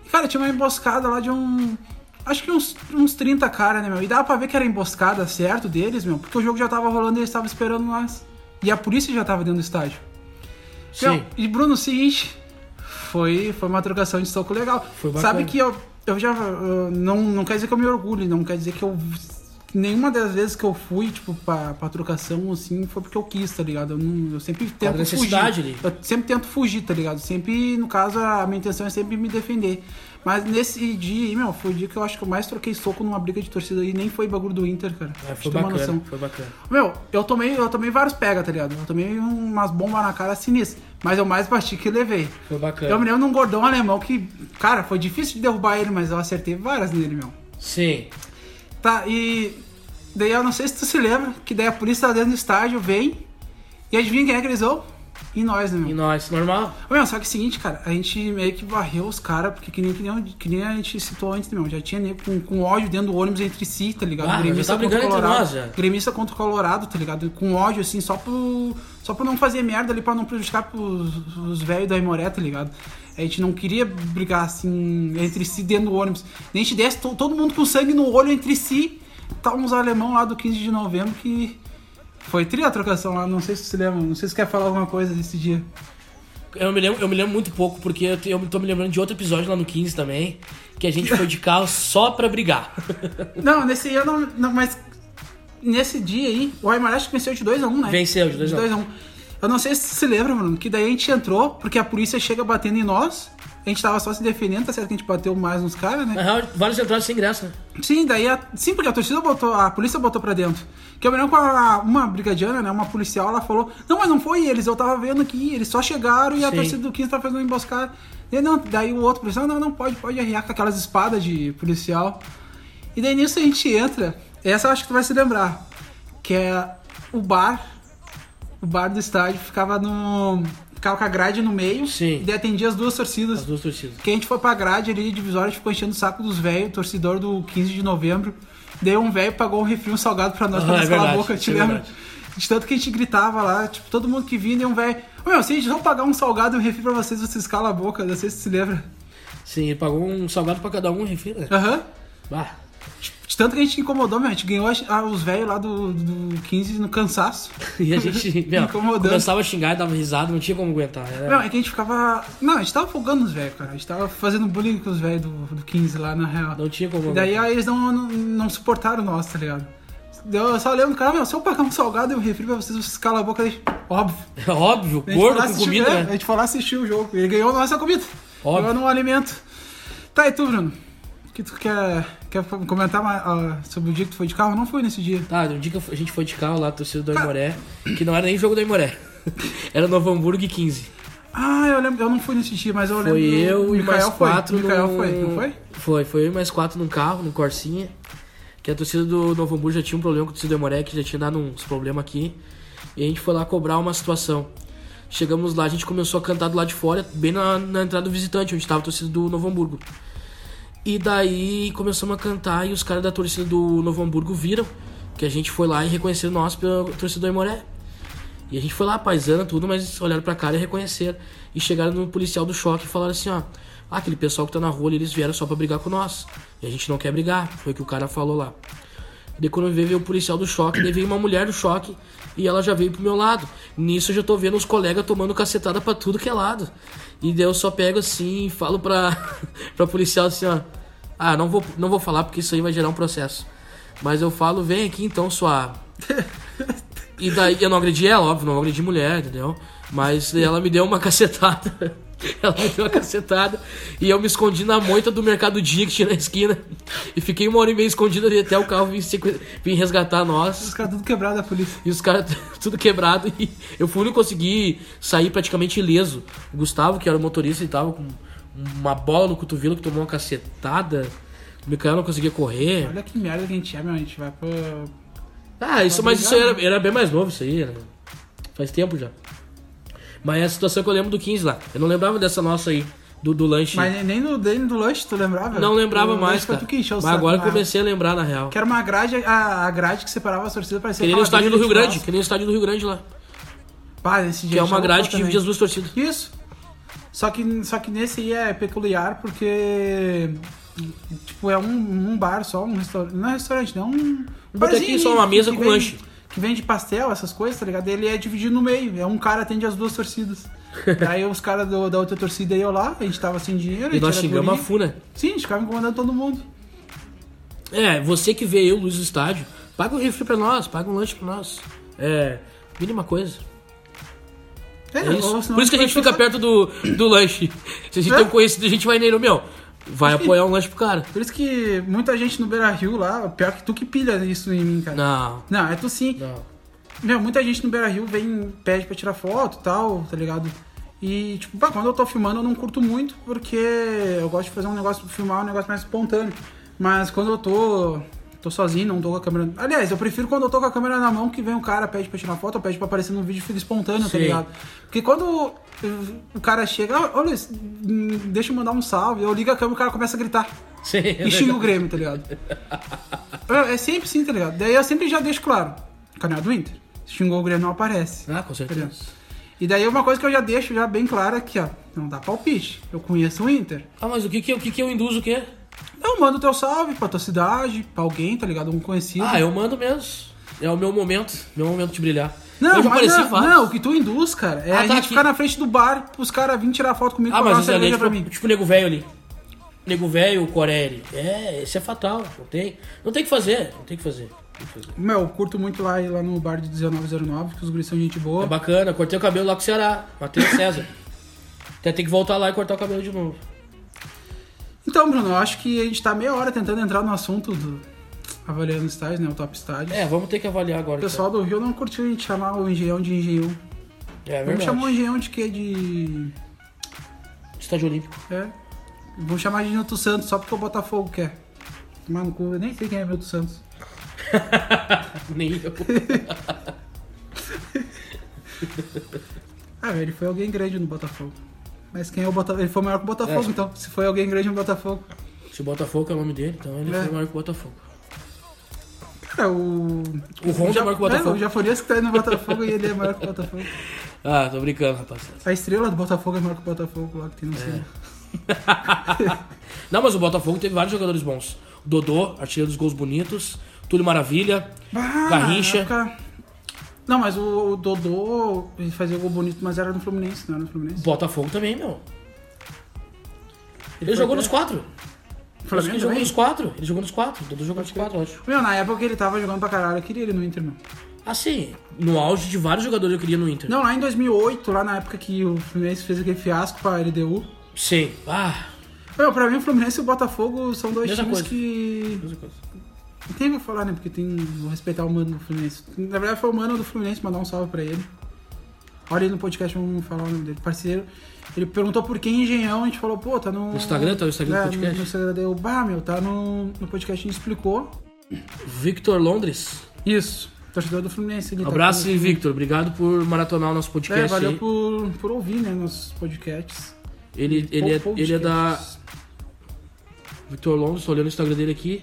Speaker 1: E, cara, tinha uma emboscada lá de um. Acho que uns, uns 30 caras, né, meu? E dava pra ver que era emboscada, certo, deles, meu, porque o jogo já tava rolando e eles estavam esperando nós. E a polícia já tava dentro do estádio.
Speaker 2: Sim.
Speaker 1: Não, Então, e Bruno, o seguinte, foi, foi uma trocação de soco legal.
Speaker 2: Foi bacana.
Speaker 1: Sabe que eu, eu já. uh, não, não quer dizer que eu me orgulhe, não quer dizer que eu. Nenhuma das vezes que eu fui, tipo, pra, pra trocação, assim, foi porque eu quis, tá ligado? Eu, não- eu sempre tento fugir.
Speaker 2: necessidade ali.
Speaker 1: Eu sempre tento fugir, tá ligado? Sempre, no caso, a minha intenção é sempre me defender. Mas nesse dia aí, meu, foi o dia que eu acho que eu mais troquei soco numa briga de torcida e nem foi bagulho do Inter, cara.
Speaker 2: É,
Speaker 1: Pra
Speaker 2: foi
Speaker 1: tu ter uma
Speaker 2: bacana,
Speaker 1: noção.
Speaker 2: foi bacana.
Speaker 1: Meu, eu tomei, eu tomei vários pega, tá ligado? Eu tomei umas bombas na cara sinistras. Mas eu mais bati que levei.
Speaker 2: Foi bacana.
Speaker 1: Eu me lembro de um gordão alemão que, cara, foi difícil de derrubar ele, mas eu acertei várias nele, meu.
Speaker 2: Sim.
Speaker 1: Tá, e daí eu não sei se tu se lembra, que daí a polícia tá dentro do estádio, vem, e adivinha quem é que eles vão? E nós, né, meu?
Speaker 2: E nós, normal?
Speaker 1: Ô, Meu, só que é o seguinte, cara, a gente meio que varreu os caras, porque que nem, que, nem, que nem a gente citou antes, meu, já tinha nego com, com ódio dentro do ônibus entre si, tá ligado?
Speaker 2: Ah, já tá brigando
Speaker 1: o
Speaker 2: entre
Speaker 1: Colorado.
Speaker 2: nós, já.
Speaker 1: Gremista contra o Colorado, tá ligado? Com ódio, assim, só pro. Só pra não fazer merda ali, pra não prejudicar pros, os velhos da Imoré, tá ligado? A gente não queria brigar, assim, entre si dentro do ônibus. Nem a gente desce to- todo mundo com sangue no olho entre si. Tá uns alemão lá do 15 de novembro que. Foi tri a trocação lá, não sei se você lembra, não sei se você quer falar alguma coisa desse dia.
Speaker 2: Eu me, lembro, eu me lembro muito pouco, porque eu, te- eu tô me lembrando de outro episódio lá no 15 também, que a gente foi de carro só pra brigar.
Speaker 1: Não, nesse eu não, não, Mas nesse dia aí, o Aymar acho que venceu de 2x1, né?
Speaker 2: Venceu de 2 a 1.
Speaker 1: 2x1. Eu não sei se você se lembra, Bruno, que daí a gente entrou, porque a polícia chega batendo em nós. A gente tava só se defendendo, tá certo que a gente bateu mais nos caras,
Speaker 2: Na
Speaker 1: né?
Speaker 2: real, vários entraram sem graça, né?
Speaker 1: Sim, daí a, sim, porque a torcida botou, a polícia botou pra dentro. Que eu me lembro com a- uma brigadiana, né? Uma policial, ela falou: Não, mas não foi eles, eu tava vendo aqui, eles só chegaram e a
Speaker 2: Sim.
Speaker 1: torcida do 15 tava fazendo uma emboscada. Daí, não, daí o outro policial: Não, não, pode, pode arriar com aquelas espadas de policial. E daí nisso a gente entra, essa eu acho que tu vai se lembrar, que é o bar. O bar do estádio ficava no. Ficava com a grade no meio.
Speaker 2: Sim.
Speaker 1: E daí atendia as duas torcidas.
Speaker 2: As duas torcidas.
Speaker 1: Que a gente foi pra grade ali, divisória, a gente ficou enchendo o saco dos velhos, torcedor do 15 de novembro. Daí um velho pagou um refri, um salgado pra nós, pra
Speaker 2: Ah, é
Speaker 1: nós calar a
Speaker 2: verdade,
Speaker 1: boca, te
Speaker 2: é
Speaker 1: lembra?
Speaker 2: verdade.
Speaker 1: De tanto que a gente gritava lá, tipo, todo mundo que vinha, e um velho... Ô, meu, se a gente não pagar um salgado e um refri pra vocês, vocês calam a boca, não sei se se lembra.
Speaker 2: Sim, ele pagou um salgado pra cada um, refém, né?
Speaker 1: Aham.
Speaker 2: Bah.
Speaker 1: De tanto que a gente incomodou, meu, a gente ganhou a- os velhos lá do, do 15 no cansaço.
Speaker 2: E a gente, meu,
Speaker 1: Incomodando.
Speaker 2: começava a xingar, dava risada, não tinha como aguentar. Era...
Speaker 1: Não, é que a gente ficava... Não, a gente tava folgando os velhos, cara. A gente tava fazendo bullying com os velhos do, do 15 lá, na real.
Speaker 2: Não tinha como
Speaker 1: E daí
Speaker 2: aguentar.
Speaker 1: aí eles não, não, não suportaram nós, tá ligado? Eu só lembro, cara, meu, se eu pagar um salgado e um refri pra vocês, vocês calam a boca, daí, óbvio.
Speaker 2: É óbvio,
Speaker 1: A gente foi lá
Speaker 2: gordo com
Speaker 1: assistir-
Speaker 2: comida,
Speaker 1: é, A
Speaker 2: né?
Speaker 1: gente foi lá assistir o jogo. Ele ganhou a nossa comida.
Speaker 2: Óbvio.
Speaker 1: Ganhou no alimento. Tá, e tu, Bruno? O que tu quer, quer comentar mais, ah, sobre o dia que tu foi de carro? Não foi nesse dia.
Speaker 2: Tá, no dia que eu fui- a gente foi de carro lá, torcida do Aimoré, que não era nem jogo do Aimoré. Era Novo Hamburgo e 15.
Speaker 1: Ah, eu lembro, eu não fui nesse dia, mas eu lembro.
Speaker 2: Foi eu e
Speaker 1: Mikael
Speaker 2: mais
Speaker 1: foi.
Speaker 2: quatro.
Speaker 1: Mikael
Speaker 2: num-
Speaker 1: foi, não foi?
Speaker 2: Foi, foi eu e mais quatro num carro, num Corsinha. Que a torcida do Novo Hamburgo já tinha um problema com a torcida do Moré, que já tinha dado uns problemas aqui. E a gente foi lá cobrar uma situação. Chegamos lá, a gente começou a cantar do lado de fora, bem na, na entrada do visitante, onde estava a torcida do Novo Hamburgo. E daí começamos a cantar e os caras da torcida do Novo Hamburgo viram que a gente foi lá e reconheceram nós pela torcida do Aimoré. E a gente foi lá, paisana, tudo, mas olharam pra cara e reconheceram. E chegaram no policial do choque e falaram assim, ó. "Ah, aquele pessoal que tá na rua ali, eles vieram só pra brigar com nós. E a gente não quer brigar. Foi o que o cara falou lá. Daí quando eu vi, veio o policial do choque, daí veio uma mulher do choque e ela já veio pro meu lado. Nisso eu já tô vendo os colegas tomando cacetada pra tudo que é lado. E daí eu só pego assim e falo pra, pra policial assim, ó. Ah, não vou, não vou falar porque isso aí vai gerar um processo. Mas eu falo, vem aqui então, sua. E daí eu não agredi ela, óbvio, não agredi mulher, entendeu? Mas daí ela me deu uma cacetada. Ela me deu uma cacetada e eu me escondi na moita do Mercado Dia que tinha na esquina. E fiquei uma hora e meia escondido ali até o carro vir, sequ- vir resgatar nós.
Speaker 1: Os caras tudo quebrado da polícia.
Speaker 2: E os caras tudo quebrado. E eu fui o único que consegui sair praticamente ileso. O Gustavo, que era o motorista, ele tava com uma bola no cotovelo que tomou uma cacetada. O Micael não conseguia correr.
Speaker 1: Olha que merda que a gente é, meu. A gente vai pro.
Speaker 2: Ah, isso,
Speaker 1: Tá
Speaker 2: mas isso aí
Speaker 1: brigando.
Speaker 2: era, era bem mais novo, isso aí. Era, faz tempo já. Mas é a situação que eu lembro do 15 lá. Eu não lembrava dessa nossa aí, do, do lanche.
Speaker 1: Mas nem- nem no dele do lanche, tu lembrava?
Speaker 2: não lembrava
Speaker 1: O
Speaker 2: mais,
Speaker 1: lanche foi
Speaker 2: cara.
Speaker 1: tu que encheu o
Speaker 2: Mas
Speaker 1: saco,
Speaker 2: agora
Speaker 1: né?
Speaker 2: que eu comecei a lembrar, na real.
Speaker 1: Que era uma grade, a, a grade que separava as torcidas parecia
Speaker 2: Que nem no estádio do Rio
Speaker 1: palavrão,
Speaker 2: Grande, que nem no estádio do Rio Grande lá.
Speaker 1: tipo, Pá, esse
Speaker 2: Que é uma grade que divide as duas torcidas.
Speaker 1: Isso. Só que, só que nesse aí é peculiar porque. Tipo, é um, um bar só, um restaurante. Não é restaurante, não. Um um
Speaker 2: botequinho
Speaker 1: barzinho
Speaker 2: só,
Speaker 1: ali
Speaker 2: uma mesa com
Speaker 1: vende-
Speaker 2: lanche.
Speaker 1: Que vende pastel, essas coisas, tá ligado? Ele é dividido no meio. É um cara atende as duas torcidas. Aí os caras do- da outra torcida iam lá, a gente tava sem dinheiro.
Speaker 2: E
Speaker 1: gente
Speaker 2: nós
Speaker 1: era
Speaker 2: xingamos a
Speaker 1: guri.
Speaker 2: FU, né?
Speaker 1: Sim, a gente ficava incomodando todo mundo.
Speaker 2: É, você que vê eu, Luiz, no estádio, paga um refri pra nós, paga um lanche pra nós. É, mínima coisa.
Speaker 1: É,
Speaker 2: É isso.
Speaker 1: ou senão
Speaker 2: Por isso que a gente fica
Speaker 1: pode pensar-
Speaker 2: perto do, do lanche. Se a gente
Speaker 1: É.
Speaker 2: tem um conhecido, a gente vai nele, meu. Vai apoiar um lanche pro cara.
Speaker 1: Por isso que muita gente no Beira Rio lá, pior que tu que pilha isso em mim, cara.
Speaker 2: Não,
Speaker 1: Não, é tu sim.
Speaker 2: não.
Speaker 1: Meu, muita gente no Beira Rio vem, pede pra tirar foto e tal, tá ligado? E, tipo, pá, quando eu tô filmando eu não curto muito, porque eu gosto de fazer um negócio, filmar um negócio mais espontâneo. Mas quando eu tô, tô sozinho, não tô com a câmera. Aliás, eu prefiro quando eu tô com a câmera na mão que vem um cara, pede pra tirar foto, ou pede pra aparecer no vídeo, fica espontâneo, tá
Speaker 2: Sim.
Speaker 1: ligado? Porque quando eh, o cara chega, "Ah, ô Luiz, hum, deixa eu mandar um salve, eu ligo a câmera e o cara começa a gritar.
Speaker 2: Sim, é
Speaker 1: E xinga o Grêmio, tá ligado? É, é sempre sim, tá ligado? Daí eu sempre já deixo claro. Canal do Inter. Xingou o Grêmio, não aparece. tá
Speaker 2: Ah, com certeza.
Speaker 1: E daí uma coisa que eu já deixo já bem clara aqui, ó. Não dá palpite. Eu conheço o Inter.
Speaker 2: Ah, mas o que que, eu- o que que eu induzo o quê?
Speaker 1: Não, manda o teu salve pra tua cidade, pra alguém, tá ligado? Um conhecido.
Speaker 2: Ah, eu mando mesmo. É o meu momento, meu momento de brilhar.
Speaker 1: Não,
Speaker 2: eu já
Speaker 1: mas
Speaker 2: apareci
Speaker 1: não,
Speaker 2: vários.
Speaker 1: não, o que tu induz, cara, é a
Speaker 2: Ah, tá
Speaker 1: gente
Speaker 2: aqui.
Speaker 1: ficar na frente do bar pros caras virem tirar foto comigo
Speaker 2: Ah,
Speaker 1: comprar
Speaker 2: mas isso ali é
Speaker 1: pra
Speaker 2: tipo,
Speaker 1: mim.
Speaker 2: tipo nego velho ali. Nego velho, o Corelli. É, esse é fatal. Não tem, não tem o que fazer. Não tem o que fazer. não tem o que fazer.
Speaker 1: Meu, eu curto muito lá, ir lá no bar de 1909, que os guris são gente boa.
Speaker 2: É bacana, cortei o cabelo lá com o Ceará. Matheus César. Até tem que voltar lá e cortar o cabelo de novo.
Speaker 1: Então, Bruno, eu acho que a gente tá meia hora tentando entrar no assunto do avaliando estádios, né? O top estádio.
Speaker 2: É, vamos ter que avaliar agora.
Speaker 1: O pessoal do Rio não curtiu a gente chamar o engenhão de engenhão.
Speaker 2: então. É
Speaker 1: Vamos
Speaker 2: verdade.
Speaker 1: chamar o engenhão de quê? De.
Speaker 2: Estádio Olímpico.
Speaker 1: É. Vamos chamar de Nilton Santos, só porque o Botafogo quer. Tomar no cu, eu nem sei quem é Nilton Santos.
Speaker 2: Nem eu.
Speaker 1: Ah, velho, ele foi alguém grande no Botafogo. Mas quem é o Botafogo? Ele foi maior que o Botafogo,
Speaker 2: É.
Speaker 1: então. Se foi alguém grande no Botafogo.
Speaker 2: Se o Botafogo é o nome dele, então ele
Speaker 1: É.
Speaker 2: foi maior que o Botafogo.
Speaker 1: Cara, o.
Speaker 2: O Honda é maior que o Botafogo.
Speaker 1: É, o Jaforias que tá aí no Botafogo e ele é maior que o Botafogo.
Speaker 2: Ah, tô brincando, rapaziada.
Speaker 1: A estrela do Botafogo é maior que o Botafogo lá que tem no
Speaker 2: É.
Speaker 1: cima.
Speaker 2: Não, mas o Botafogo teve vários jogadores bons. O Dodô, artilheiro dos gols bonitos. Túlio Maravilha.
Speaker 1: Bah,
Speaker 2: Garrincha.
Speaker 1: Ah, na época- Não, mas o, o Dodô ele fazia gol bonito, mas era no Fluminense, não era no
Speaker 2: O
Speaker 1: Fluminense.
Speaker 2: Botafogo também, meu. Ele,
Speaker 1: foi
Speaker 2: jogou
Speaker 1: até-
Speaker 2: nos quatro. Acho que
Speaker 1: Flamengo
Speaker 2: ele jogou
Speaker 1: também?
Speaker 2: nos quatro. Ele jogou nos quatro. O Dodô jogou nos quatro, eu acho.
Speaker 1: Meu, na época que ele tava jogando pra caralho, eu queria ele no Inter, meu.
Speaker 2: Assim, no auge de vários jogadores eu queria no Inter.
Speaker 1: Não, lá em 2008, lá na época que o Fluminense fez aquele fiasco pra LDU.
Speaker 2: Sim. Ah,
Speaker 1: Meu, pra mim o Fluminense e o Botafogo são dois
Speaker 2: Mesma
Speaker 1: times
Speaker 2: coisa.
Speaker 1: que...
Speaker 2: mesma coisa.
Speaker 1: Não tem o que falar, né? Porque tem... Vou respeitar o mano do Fluminense. Na verdade foi o mano do Fluminense, mandar um salve pra ele. Olha ele no podcast, vamos falar o nome dele. Parceiro, ele perguntou por que engenhão, a gente falou, pô, tá no...
Speaker 2: No Instagram, tá? O Instagram do
Speaker 1: É,
Speaker 2: podcast?
Speaker 1: No, no Instagram deu, bah, meu, tá no, no podcast, a gente explicou.
Speaker 2: Victor Londres.
Speaker 1: Isso, torcedor do Fluminense. ele tá
Speaker 2: Abraço,
Speaker 1: aqui.
Speaker 2: e Victor. Obrigado por maratonar o nosso podcast
Speaker 1: É, valeu
Speaker 2: aí.
Speaker 1: por, por ouvir, né, nossos podcasts.
Speaker 2: Ele, ele, é,
Speaker 1: Podcasts.
Speaker 2: ele é da Victor Londres, tô olhando o Instagram dele aqui.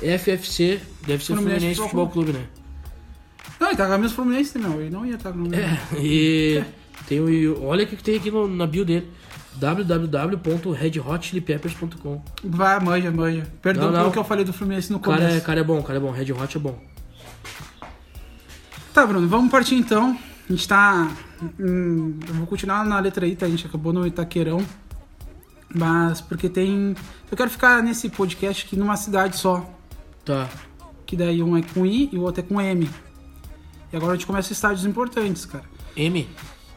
Speaker 2: FFC, deve
Speaker 1: Fluminense
Speaker 2: ser Fluminense Futebol Clube, né?
Speaker 1: Não, ele tá com a mesma É. Fluminense, não, ele não ia estar com o Fluminense.
Speaker 2: É, e tem o. Olha o que que tem aqui no- na bio dele. www.redhotchilipeppers.com.
Speaker 1: Vai, manja, manja. Perdão
Speaker 2: Não, não.
Speaker 1: pelo que eu falei do Fluminense no
Speaker 2: O cara é,
Speaker 1: começo.
Speaker 2: cara é bom, o cara é bom. Red Hot é bom.
Speaker 1: Tá, Bruno, vamos partir então. A gente tá. hum, eu vou continuar na letra I, tá? A gente acabou no Itaquerão. Mas porque tem. Eu quero ficar nesse podcast aqui numa cidade só.
Speaker 2: Tá.
Speaker 1: Que daí um é com I e o outro é com M. E agora a gente começa estádios importantes, cara.
Speaker 2: M.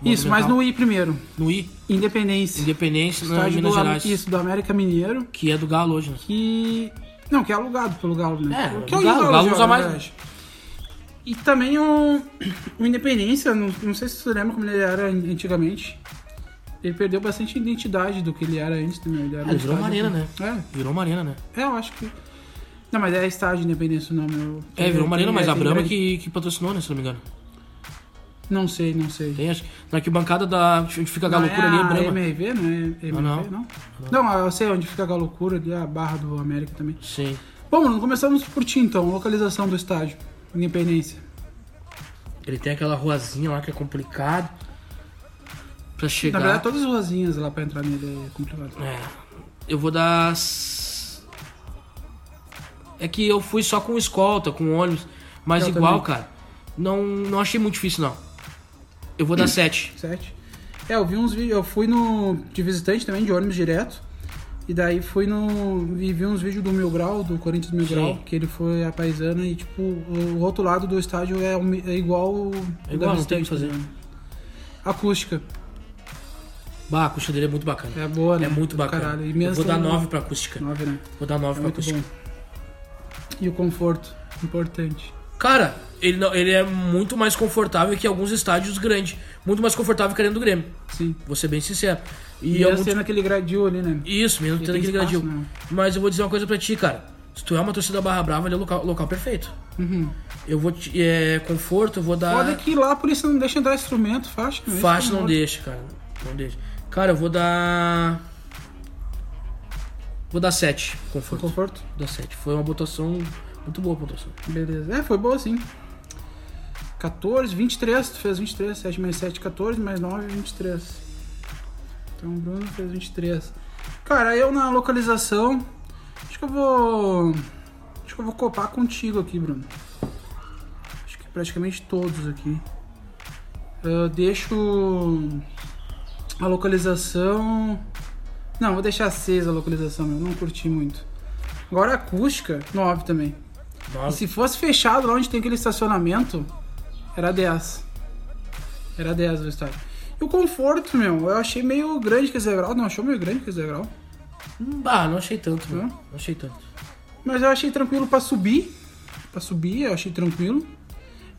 Speaker 1: Isso, mas no I primeiro.
Speaker 2: No I.
Speaker 1: Independência.
Speaker 2: Independência, na
Speaker 1: Estádio
Speaker 2: Minas
Speaker 1: do, Am-
Speaker 2: Gerais.
Speaker 1: isso, do América Mineiro,
Speaker 2: Que é do Galo hoje, né?
Speaker 1: que. Não, que é alugado pelo Galo, né?
Speaker 2: É,
Speaker 1: que
Speaker 2: do Galo, o Galo usa
Speaker 1: na
Speaker 2: mais.
Speaker 1: verdade. E também o, o Independência, não, não sei se você lembra como ele era an- antigamente. Ele perdeu bastante identidade do que ele era antes também. Ele, era
Speaker 2: Ah, ele virou uma
Speaker 1: estádio-
Speaker 2: arena, Virou uma arena, né?
Speaker 1: É, é, eu acho que. Não, mas é estádio Independência o nome. eu-
Speaker 2: É, virou uma arena,
Speaker 1: tem-
Speaker 2: mas
Speaker 1: é,
Speaker 2: a
Speaker 1: tem
Speaker 2: Brahma
Speaker 1: grande-
Speaker 2: que, que patrocinou, né? Se não me engano.
Speaker 1: Não sei, não sei.
Speaker 2: Tem, acho que na arquibancada da. Onde fica a
Speaker 1: Não,
Speaker 2: galocura ali, é
Speaker 1: é a
Speaker 2: Brahma. Ah,
Speaker 1: MRV, não é?
Speaker 2: Não,
Speaker 1: MRV, não. Não, eu sei onde fica a Galocura, ali a barra do América também.
Speaker 2: Sim.
Speaker 1: Bom, Bruno, começamos por ti então, localização do estádio, Independência.
Speaker 2: Ele tem aquela ruazinha lá que é complicado pra
Speaker 1: Na
Speaker 2: chegar.
Speaker 1: verdade, todas as ruazinhas lá pra entrar nele é complicado.
Speaker 2: É. Eu vou dar. s- É que eu fui só com escolta, com ônibus. Mas
Speaker 1: Eu
Speaker 2: igual,
Speaker 1: também.
Speaker 2: cara, não, não achei muito difícil, não. Eu vou
Speaker 1: Hum.
Speaker 2: dar 7.
Speaker 1: Sete. É, eu vi uns vídeos, eu fui no de visitante também, de ônibus direto. E daí fui no. Vi, vi uns vídeos do Mil Grau, do Corinthians Mil
Speaker 2: Sim.
Speaker 1: Grau, que ele foi a paisana e, tipo, o outro lado do estádio é, um- é igual. o
Speaker 2: É
Speaker 1: da
Speaker 2: igual, não
Speaker 1: visitante,
Speaker 2: tem o que fazer.
Speaker 1: né? Acústica.
Speaker 2: Bah, a acústica dele é muito bacana.
Speaker 1: É boa, né?
Speaker 2: É muito
Speaker 1: Do
Speaker 2: bacana.
Speaker 1: Caralho. E
Speaker 2: eu
Speaker 1: mesmo
Speaker 2: vou dar
Speaker 1: tendo-
Speaker 2: 9 pra acústica.
Speaker 1: Nove, né?
Speaker 2: Vou dar 9
Speaker 1: É
Speaker 2: pra
Speaker 1: muito
Speaker 2: acústica.
Speaker 1: bom. E o conforto, importante.
Speaker 2: Cara, ele, não- ele é muito mais confortável que alguns estádios grandes. Muito mais confortável que a Arena do Grêmio.
Speaker 1: Sim.
Speaker 2: Vou ser bem sincero.
Speaker 1: E,
Speaker 2: E, é
Speaker 1: eu
Speaker 2: algum
Speaker 1: sendo aquele gradil ali, né?
Speaker 2: Isso, mesmo tendo
Speaker 1: tem
Speaker 2: aquele
Speaker 1: espaço,
Speaker 2: gradil.
Speaker 1: né?
Speaker 2: Mas eu vou dizer uma coisa pra ti, cara. Se tu é uma torcida barra brava, ele é o local, local perfeito.
Speaker 1: Uhum.
Speaker 2: Eu vou te. É, conforto, eu vou dar.
Speaker 1: Foda é que lá a polícia não deixa entrar instrumento, faixa. né?
Speaker 2: Faixa
Speaker 1: Isso
Speaker 2: Ah. não deixa, cara. Não deixa. Cara, eu vou dar. Vou dar 7.
Speaker 1: Foi
Speaker 2: Conforto. Vou
Speaker 1: conforto?
Speaker 2: dar 7. Foi uma votação. Muito boa a pontuação.
Speaker 1: Beleza. É, foi boa sim. 14, 23, tu fez 23, 7 mais 7, 14, mais 9, 23. Então o Bruno fez 23. Cara, eu na localização, acho que eu vou. Acho que eu vou copar contigo aqui, Bruno. Acho que praticamente todos aqui. Eu deixo a localização. Não, vou deixar 6 a localização, eu não curti muito. Agora a acústica, 9 também. E
Speaker 2: Nossa.
Speaker 1: se fosse fechado lá onde tem aquele estacionamento, era 10. Era 10 o estádio. E o conforto, meu, eu achei meio grande que esse degrau. Não achou meio grande que esse degrau.
Speaker 2: Bah, Ah, não achei tanto, mano.
Speaker 1: Hã?
Speaker 2: Não achei tanto.
Speaker 1: Mas eu achei tranquilo pra subir. Pra subir, eu achei tranquilo.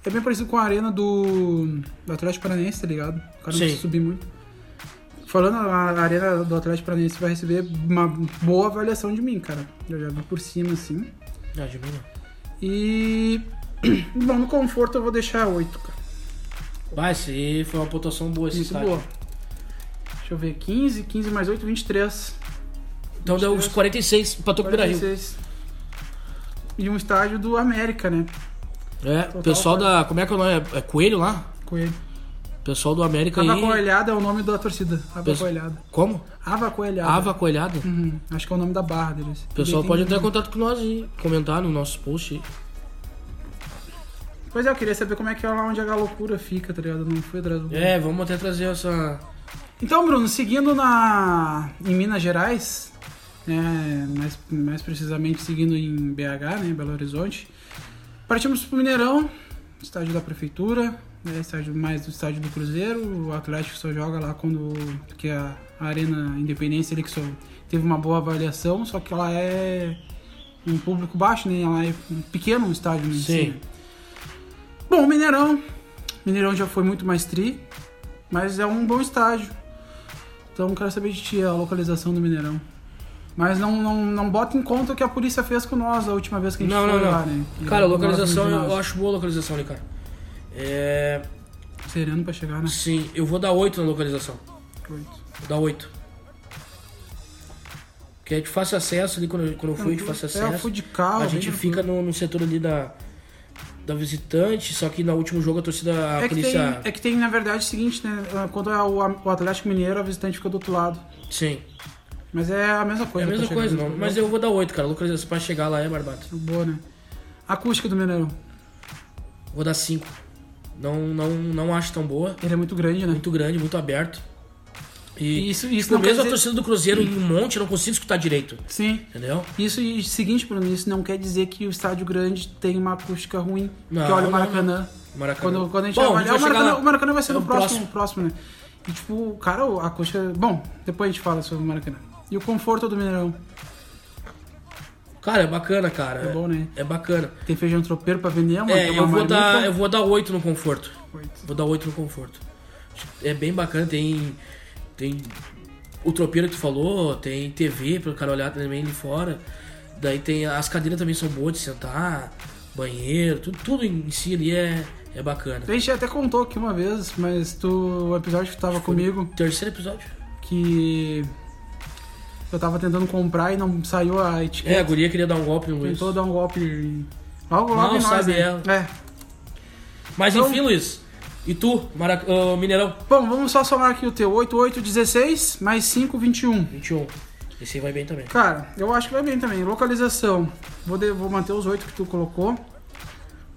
Speaker 1: É bem parecido com a arena do, do Atlético Paranaense, tá ligado? O cara não
Speaker 2: Sim.
Speaker 1: precisa subir muito. Falando, a arena do Atlético Paranaense vai receber uma boa avaliação de mim, cara. Eu já vi por cima, assim.
Speaker 2: Não, Ah, de mim não.
Speaker 1: E... Bom, no conforto eu vou deixar 8, cara.
Speaker 2: Bah, esse aí foi uma pontuação boa esse
Speaker 1: Muito
Speaker 2: estádio.
Speaker 1: boa. Deixa eu ver, 15, 15 mais 8, 23.
Speaker 2: Então deu uns 46 pra Toco Beira Rio.
Speaker 1: 46. E um estádio do América, né?
Speaker 2: É, o pessoal da. Como é que é o nome? É Coelho lá?
Speaker 1: Coelho.
Speaker 2: Pessoal do América
Speaker 1: Ava
Speaker 2: aí.
Speaker 1: Coelhada é o nome da torcida. Ava
Speaker 2: Pesso-
Speaker 1: Coelhada.
Speaker 2: Como?
Speaker 1: Ava Coelhada.
Speaker 2: Ava Coelhada?
Speaker 1: Uhum, Acho que é o nome da barra deles.
Speaker 2: O pessoal
Speaker 1: Tem-
Speaker 2: pode entrar em contato com nós e comentar no nosso post. aí.
Speaker 1: Pois é, eu queria saber como é que é lá onde a galocura fica, tá ligado? Eu Não fui atrás do...
Speaker 2: É, vamos até trazer essa.
Speaker 1: Então, Bruno, seguindo na em Minas Gerais, né, mais, mais precisamente seguindo em BH, né, em Belo Horizonte, partimos para o Mineirão, estádio da prefeitura, né, estádio mais do estádio do Cruzeiro, o Atlético só joga lá quando que a a Arena Independência ele que só teve uma boa avaliação, só que ela é um público baixo, né, ela é um pequeno um estádio, né, em si,
Speaker 2: Sim.
Speaker 1: né. Bom, Mineirão, Mineirão já foi muito mais tri, mas é um bom estádio. Então quero saber de ti a localização do Mineirão. Mas não, não, não bota em conta o que a polícia fez com nós a última vez que a gente
Speaker 2: Não,
Speaker 1: foi
Speaker 2: não,
Speaker 1: lá,
Speaker 2: não.
Speaker 1: né? E
Speaker 2: Cara, a
Speaker 1: nós
Speaker 2: localização,
Speaker 1: no
Speaker 2: eu,
Speaker 1: ginásio.
Speaker 2: eu acho boa a localização ali, cara. É.
Speaker 1: Sereno pra chegar, né?
Speaker 2: Sim, eu vou dar 8 na localização. Vou dar 8. Porque é de fácil acesso ali, quando eu, quando eu fui de fácil
Speaker 1: É, eu fui
Speaker 2: acesso.
Speaker 1: de carro. né?
Speaker 2: A
Speaker 1: bem
Speaker 2: gente
Speaker 1: tranquilo.
Speaker 2: fica no, no setor ali da. Da visitante, só que no último jogo a torcida. A
Speaker 1: É que, tem,
Speaker 2: polícia.
Speaker 1: Ah, é que tem, na verdade, o seguinte, né? Quando é o, o Atlético Mineiro, a visitante fica do outro lado.
Speaker 2: Sim.
Speaker 1: Mas é a mesma
Speaker 2: É a
Speaker 1: coisa.
Speaker 2: mesma
Speaker 1: pra
Speaker 2: coisa,
Speaker 1: chegar
Speaker 2: não.
Speaker 1: no
Speaker 2: Mas eu vou dar 8, cara. Lucas, pra chegar lá é barbado.
Speaker 1: Boa, né? Acústica do Mineirão.
Speaker 2: Vou dar 5. Não, não, não acho tão boa.
Speaker 1: Ele é muito grande, né?
Speaker 2: Muito grande, muito aberto. E
Speaker 1: Isso- isso
Speaker 2: tipo,
Speaker 1: não quer
Speaker 2: mesmo a
Speaker 1: dizer-
Speaker 2: torcida do Cruzeiro em um monte, eu não consigo escutar direito.
Speaker 1: Sim.
Speaker 2: Entendeu?
Speaker 1: Isso e seguinte, Bruno, isso não quer dizer que o estádio grande tem uma acústica ruim.
Speaker 2: Não,
Speaker 1: que olha
Speaker 2: não,
Speaker 1: o Maracanã.
Speaker 2: Maracanã.
Speaker 1: Quando, quando a gente
Speaker 2: Bom,
Speaker 1: avaliar,
Speaker 2: a
Speaker 1: o
Speaker 2: gente vai chegar
Speaker 1: Maracanã,
Speaker 2: lá.
Speaker 1: o Maracanã vai ser
Speaker 2: É
Speaker 1: no
Speaker 2: o
Speaker 1: próximo, próximo, né? E tipo, cara, a acústica. Bom, depois a gente fala sobre o Maracanã. E o conforto do Mineirão.
Speaker 2: Cara, é bacana, cara.
Speaker 1: É bom, né?
Speaker 2: É bacana.
Speaker 1: Tem feijão tropeiro pra vender, mano.
Speaker 2: É,
Speaker 1: tem
Speaker 2: eu
Speaker 1: uma então?
Speaker 2: vou, dar,
Speaker 1: marmita.
Speaker 2: eu vou dar 8 no conforto.
Speaker 1: Oito.
Speaker 2: Vou dar 8 no conforto. É bem bacana, tem. Tem. O tropeiro que tu falou, tem TV pro cara olhar também ali fora. Daí tem. As cadeiras também são boas de sentar, banheiro, tudo, tudo em si ali é, é bacana.
Speaker 1: A gente até contou aqui uma vez, mas tu, o episódio que tu tava comigo,
Speaker 2: Terceiro episódio.
Speaker 1: que eu tava tentando comprar e não saiu a etiqueta.
Speaker 2: É, a guria queria dar um golpe no Luiz.
Speaker 1: Tentou dar um golpe. em- Logo, logo
Speaker 2: Mal
Speaker 1: em nós,
Speaker 2: sabe
Speaker 1: né?
Speaker 2: ela.
Speaker 1: É.
Speaker 2: Mas
Speaker 1: Então-
Speaker 2: enfim, Luiz. E tu, Marac... ah, Mineirão?
Speaker 1: Bom, vamos só somar aqui o teu. 8, 8, 16, mais 5, 21.
Speaker 2: 21. Esse aí vai bem também.
Speaker 1: Cara, eu acho que vai bem também. Localização. Vou, de- vou manter os 8 que tu colocou.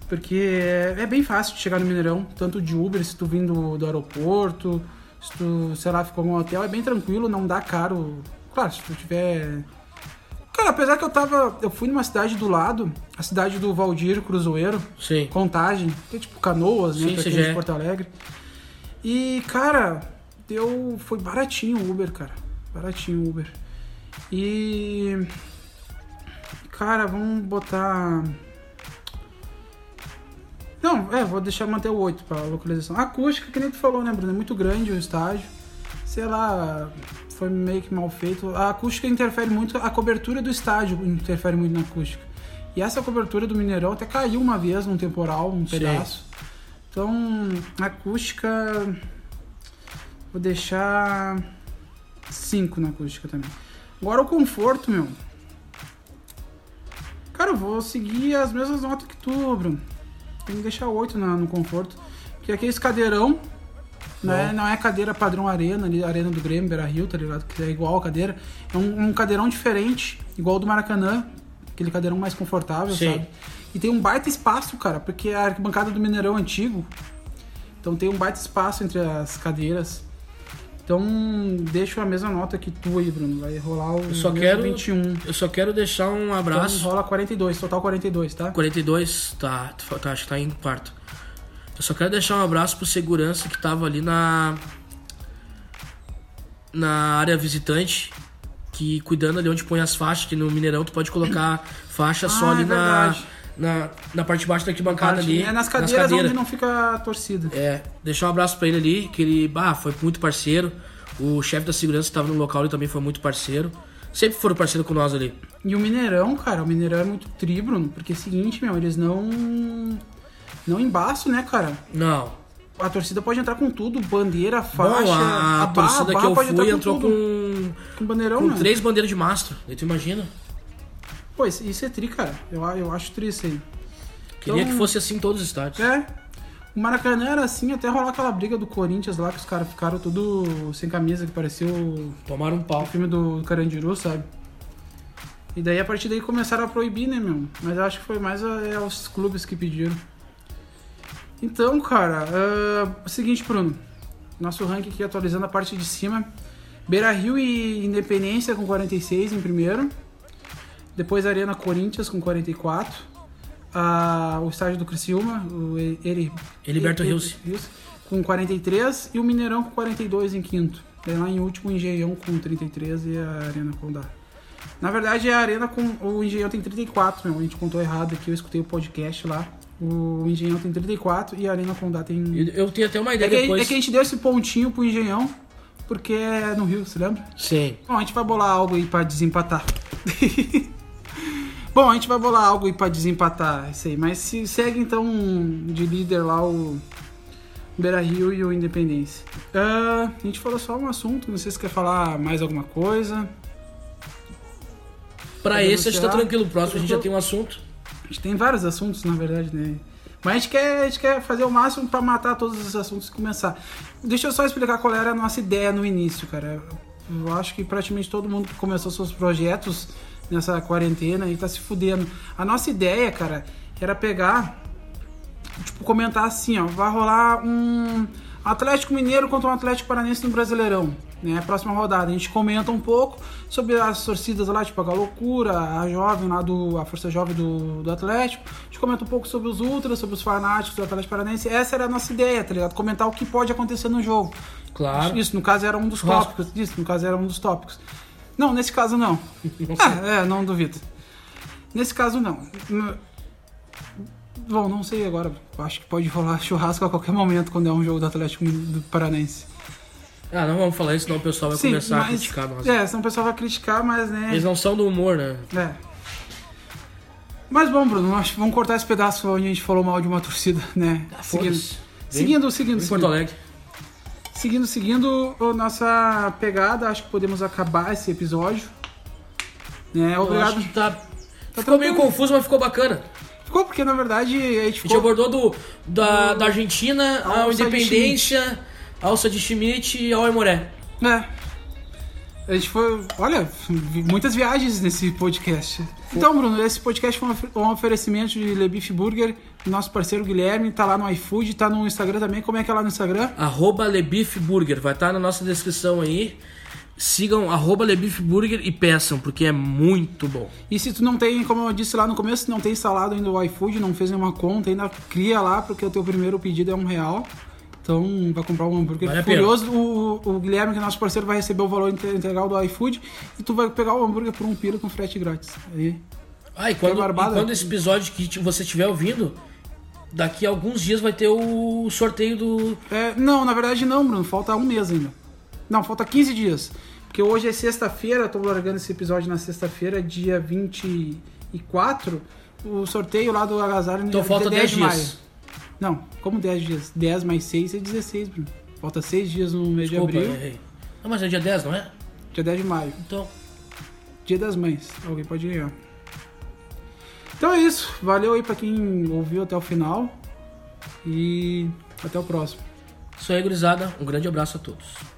Speaker 1: Porque é, é bem fácil de chegar no Mineirão. Tanto de Uber, se tu vindo do, do aeroporto, se tu, sei lá, ficou em um hotel. É bem tranquilo, não dá caro. Claro, se tu tiver... Cara, apesar que eu tava... Eu fui numa cidade do lado. A cidade do Valdir Cruzoeiro.
Speaker 2: Sim.
Speaker 1: Contagem, que é tipo Canoas, né?
Speaker 2: Sim,
Speaker 1: pra
Speaker 2: você
Speaker 1: quem
Speaker 2: já
Speaker 1: é de
Speaker 2: é.
Speaker 1: Porto Alegre. E, cara, deu. Foi baratinho o Uber, cara. Baratinho o Uber. E. Cara, vamos botar. Não, é, vou deixar manter o 8 pra localização. Acústica, que nem tu falou, né, Bruno? É muito grande o estádio. Sei lá, foi meio que mal feito. A acústica interfere muito, a cobertura do estádio interfere muito na acústica. E essa cobertura do Mineirão até caiu uma vez num temporal, um
Speaker 2: Sim.
Speaker 1: pedaço. Então, a acústica. Vou deixar. 5 na acústica também. Agora o conforto, meu. Cara, eu vou seguir as mesmas notas que tu, Bruno. Tem que deixar 8 na- no conforto. Porque aqueles cadeirão, né? Não é cadeira padrão arena, ali, arena do Grêmio, Beira Rio, tá ligado? Que é igual a cadeira. É um, um cadeirão diferente, igual ao do Maracanã. Aquele cadeirão mais confortável,
Speaker 2: Sim.
Speaker 1: sabe? E tem um baita espaço, cara, porque a arquibancada do Mineirão é antigo. Então tem um baita espaço entre as cadeiras. Então, deixo a mesma nota que tu aí, Bruno. Vai rolar o
Speaker 2: Eu só
Speaker 1: mesmo
Speaker 2: quero-
Speaker 1: 21.
Speaker 2: Eu só quero deixar um abraço.
Speaker 1: Então, rola 42, total 42, tá?
Speaker 2: 42, tá, tu fa- tá, acho que tá em quarto. Eu só quero deixar um abraço pro segurança que tava ali na na área visitante, que cuidando ali onde põe as faixas, que no Mineirão tu pode colocar faixa só
Speaker 1: Ah,
Speaker 2: ali
Speaker 1: é
Speaker 2: na,
Speaker 1: verdade.
Speaker 2: na na parte de baixo da arquibancada
Speaker 1: Parte-
Speaker 2: ali,
Speaker 1: é nas cadeiras onde não fica a torcida.
Speaker 2: É, deixar um abraço pra ele ali, que ele, bah, foi muito parceiro. O chefe da segurança que tava no local, ele também foi muito parceiro. Sempre foram parceiro com nós ali.
Speaker 1: E o Mineirão, cara, o Mineirão é muito tri, Bruno, porque é o seguinte, meu, eles não. Não embaçam, né, cara?
Speaker 2: Não,
Speaker 1: A torcida pode entrar com tudo, bandeira, faixa,
Speaker 2: Bom, a,
Speaker 1: a, barra,
Speaker 2: torcida
Speaker 1: barra
Speaker 2: que eu
Speaker 1: pode
Speaker 2: fui
Speaker 1: entrar
Speaker 2: entrou
Speaker 1: tudo.
Speaker 2: com,
Speaker 1: Com bandeirão,
Speaker 2: com
Speaker 1: né?
Speaker 2: três bandeiras de mastro. Aí tu imagina?
Speaker 1: Pô, isso isso é tri, cara. Eu, a- eu acho tri isso aí.
Speaker 2: Queria
Speaker 1: Então-
Speaker 2: que fosse assim em todos os estádios.
Speaker 1: É. O Maracanã era assim, até rolar aquela briga do Corinthians lá, que os caras ficaram tudo sem camisa, que parecia o
Speaker 2: Tomaram um
Speaker 1: o
Speaker 2: pau.
Speaker 1: filme do Carandiru, sabe? E daí a partir daí começaram a proibir, né, meu? Mas eu acho que foi mais a- é, os clubes que pediram. Então, cara, ah, seguinte, Bruno. Nosso ranking aqui atualizando a parte de cima. Beira Rio e Independência com 46 em primeiro. Depois Arena Corinthians com 44. Ah, o estádio do Criciúma, o E- Eri-
Speaker 2: Heriberto
Speaker 1: E-
Speaker 2: Rios.
Speaker 1: Rios, com 43 e o Mineirão com 42 em quinto. Daí lá em último o Engenhão com 33 e a Arena com dá. Na verdade, é a Arena com. O Engenhão tem 34, meu. A gente contou errado aqui, eu escutei o podcast lá. O Engenhão tem 34 e a Arena Condá tem.
Speaker 2: Eu eu tenho até uma
Speaker 1: É
Speaker 2: ideia
Speaker 1: que, a-
Speaker 2: depois.
Speaker 1: é que a gente deu esse pontinho pro Engenhão, porque é no Rio, você lembra?
Speaker 2: Sim.
Speaker 1: Bom, a gente vai bolar algo aí pra desempatar. Bom, a gente vai bolar algo aí pra desempatar é isso aí. Mas se segue então de líder lá o Beira Rio e o Independência. Ah, a gente falou só um assunto, não sei se quer falar mais alguma coisa.
Speaker 2: Pra
Speaker 1: Podemos
Speaker 2: esse a gente tá
Speaker 1: tirar.
Speaker 2: tranquilo. O próximo a gente já
Speaker 1: Tranquilo.
Speaker 2: tem um assunto.
Speaker 1: A gente tem vários assuntos, na verdade, né? Mas a gente quer, a gente quer fazer o máximo pra matar todos os assuntos e começar. Deixa eu só explicar qual era a nossa ideia no início, cara. Eu acho que praticamente todo mundo que começou seus projetos nessa quarentena e tá se fudendo. A nossa ideia, cara, era pegar, tipo, comentar assim, ó, vai rolar um Atlético Mineiro contra um Atlético Paranense no Brasileirão, né? Próxima rodada. A gente comenta um pouco sobre as torcidas lá, tipo, a Loucura, a Jovem lá do... a Força Jovem do, do Atlético. A gente comenta um pouco sobre os ultras, sobre os fanáticos do Atlético Paranense. Essa era a nossa ideia, tá ligado? Comentar o que pode acontecer no jogo.
Speaker 2: Claro.
Speaker 1: Isso, no caso, era um dos
Speaker 2: Churrasco.
Speaker 1: tópicos. Isso, no caso, era um dos tópicos. Não, nesse caso, não. Ah, é, não duvido. Nesse caso, não. N- Bom, não sei agora. Eu Acho que pode rolar churrasco a qualquer momento quando é um jogo do Atlético do Paranense.
Speaker 2: Ah, não vamos falar isso, senão o pessoal vai começar a criticar nós.
Speaker 1: É, senão o pessoal vai criticar, mas né.
Speaker 2: Eles não são do humor, né?
Speaker 1: É. Mas bom, Bruno, acho que vamos cortar esse pedaço onde a gente falou mal de uma torcida, né? Seguindo,
Speaker 2: Ah, Foda-se. Vem-
Speaker 1: seguindo, seguindo.
Speaker 2: Em Porto
Speaker 1: seguindo.
Speaker 2: Alegre.
Speaker 1: Seguindo, seguindo a nossa pegada, acho que podemos acabar esse episódio. Né?
Speaker 2: Eu
Speaker 1: Obrigado.
Speaker 2: acho que tá... Ficou meio
Speaker 1: tranquilo.
Speaker 2: confuso, mas ficou bacana.
Speaker 1: Ficou porque na verdade a gente
Speaker 2: A gente
Speaker 1: ficou.
Speaker 2: abordou do, da, da Argentina
Speaker 1: A
Speaker 2: ao
Speaker 1: alça de
Speaker 2: Independência, a alça de Schmidt e ao Aimoré.
Speaker 1: É. A gente foi. Olha, vi muitas viagens nesse podcast. Então, Bruno, esse podcast foi um ofe- um oferecimento de Lebif Burger, nosso parceiro Guilherme, tá lá no iFood, tá no Instagram também. Como é que é lá no Instagram?
Speaker 2: Arroba Lebif Burger, vai estar na nossa descrição aí. Sigam arroba Lebif Burger e peçam, porque é muito bom.
Speaker 1: E se tu não tem, como eu disse lá no começo, se não tem instalado ainda o iFood, não fez nenhuma conta, ainda cria lá, porque o teu primeiro pedido é um real. Então, vai comprar um hambúrguer
Speaker 2: Vale a pena.
Speaker 1: furioso, o, o Guilherme, que é nosso parceiro, vai receber o valor inte- integral do iFood e tu vai pegar o hambúrguer por um pila com frete grátis. Aí,
Speaker 2: Ah, e quando,
Speaker 1: Tem barbada?
Speaker 2: e quando esse episódio que ti- você estiver ouvindo, daqui a alguns dias vai ter o sorteio do.
Speaker 1: é, não, na verdade não, Bruno, falta um mês ainda. Não, falta 15 dias. Porque hoje é sexta-feira, eu tô largando esse episódio na sexta-feira, dia 24. O sorteio lá do Agasalho no
Speaker 2: Então
Speaker 1: dia
Speaker 2: falta
Speaker 1: 10
Speaker 2: 10
Speaker 1: de maio.
Speaker 2: dias.
Speaker 1: Não, como 10 dias? 10 mais 6 é 16, Bruno. Falta 6 dias no mês
Speaker 2: Desculpa,
Speaker 1: de abril,
Speaker 2: errei. Não, mas é dia 10, não é?
Speaker 1: dia 10 de maio.
Speaker 2: Então,
Speaker 1: Dia das Mães. Alguém pode ganhar. Então é isso. Valeu aí pra quem ouviu até o final. E até o próximo.
Speaker 2: isso aí, gurizada. Um grande abraço a todos.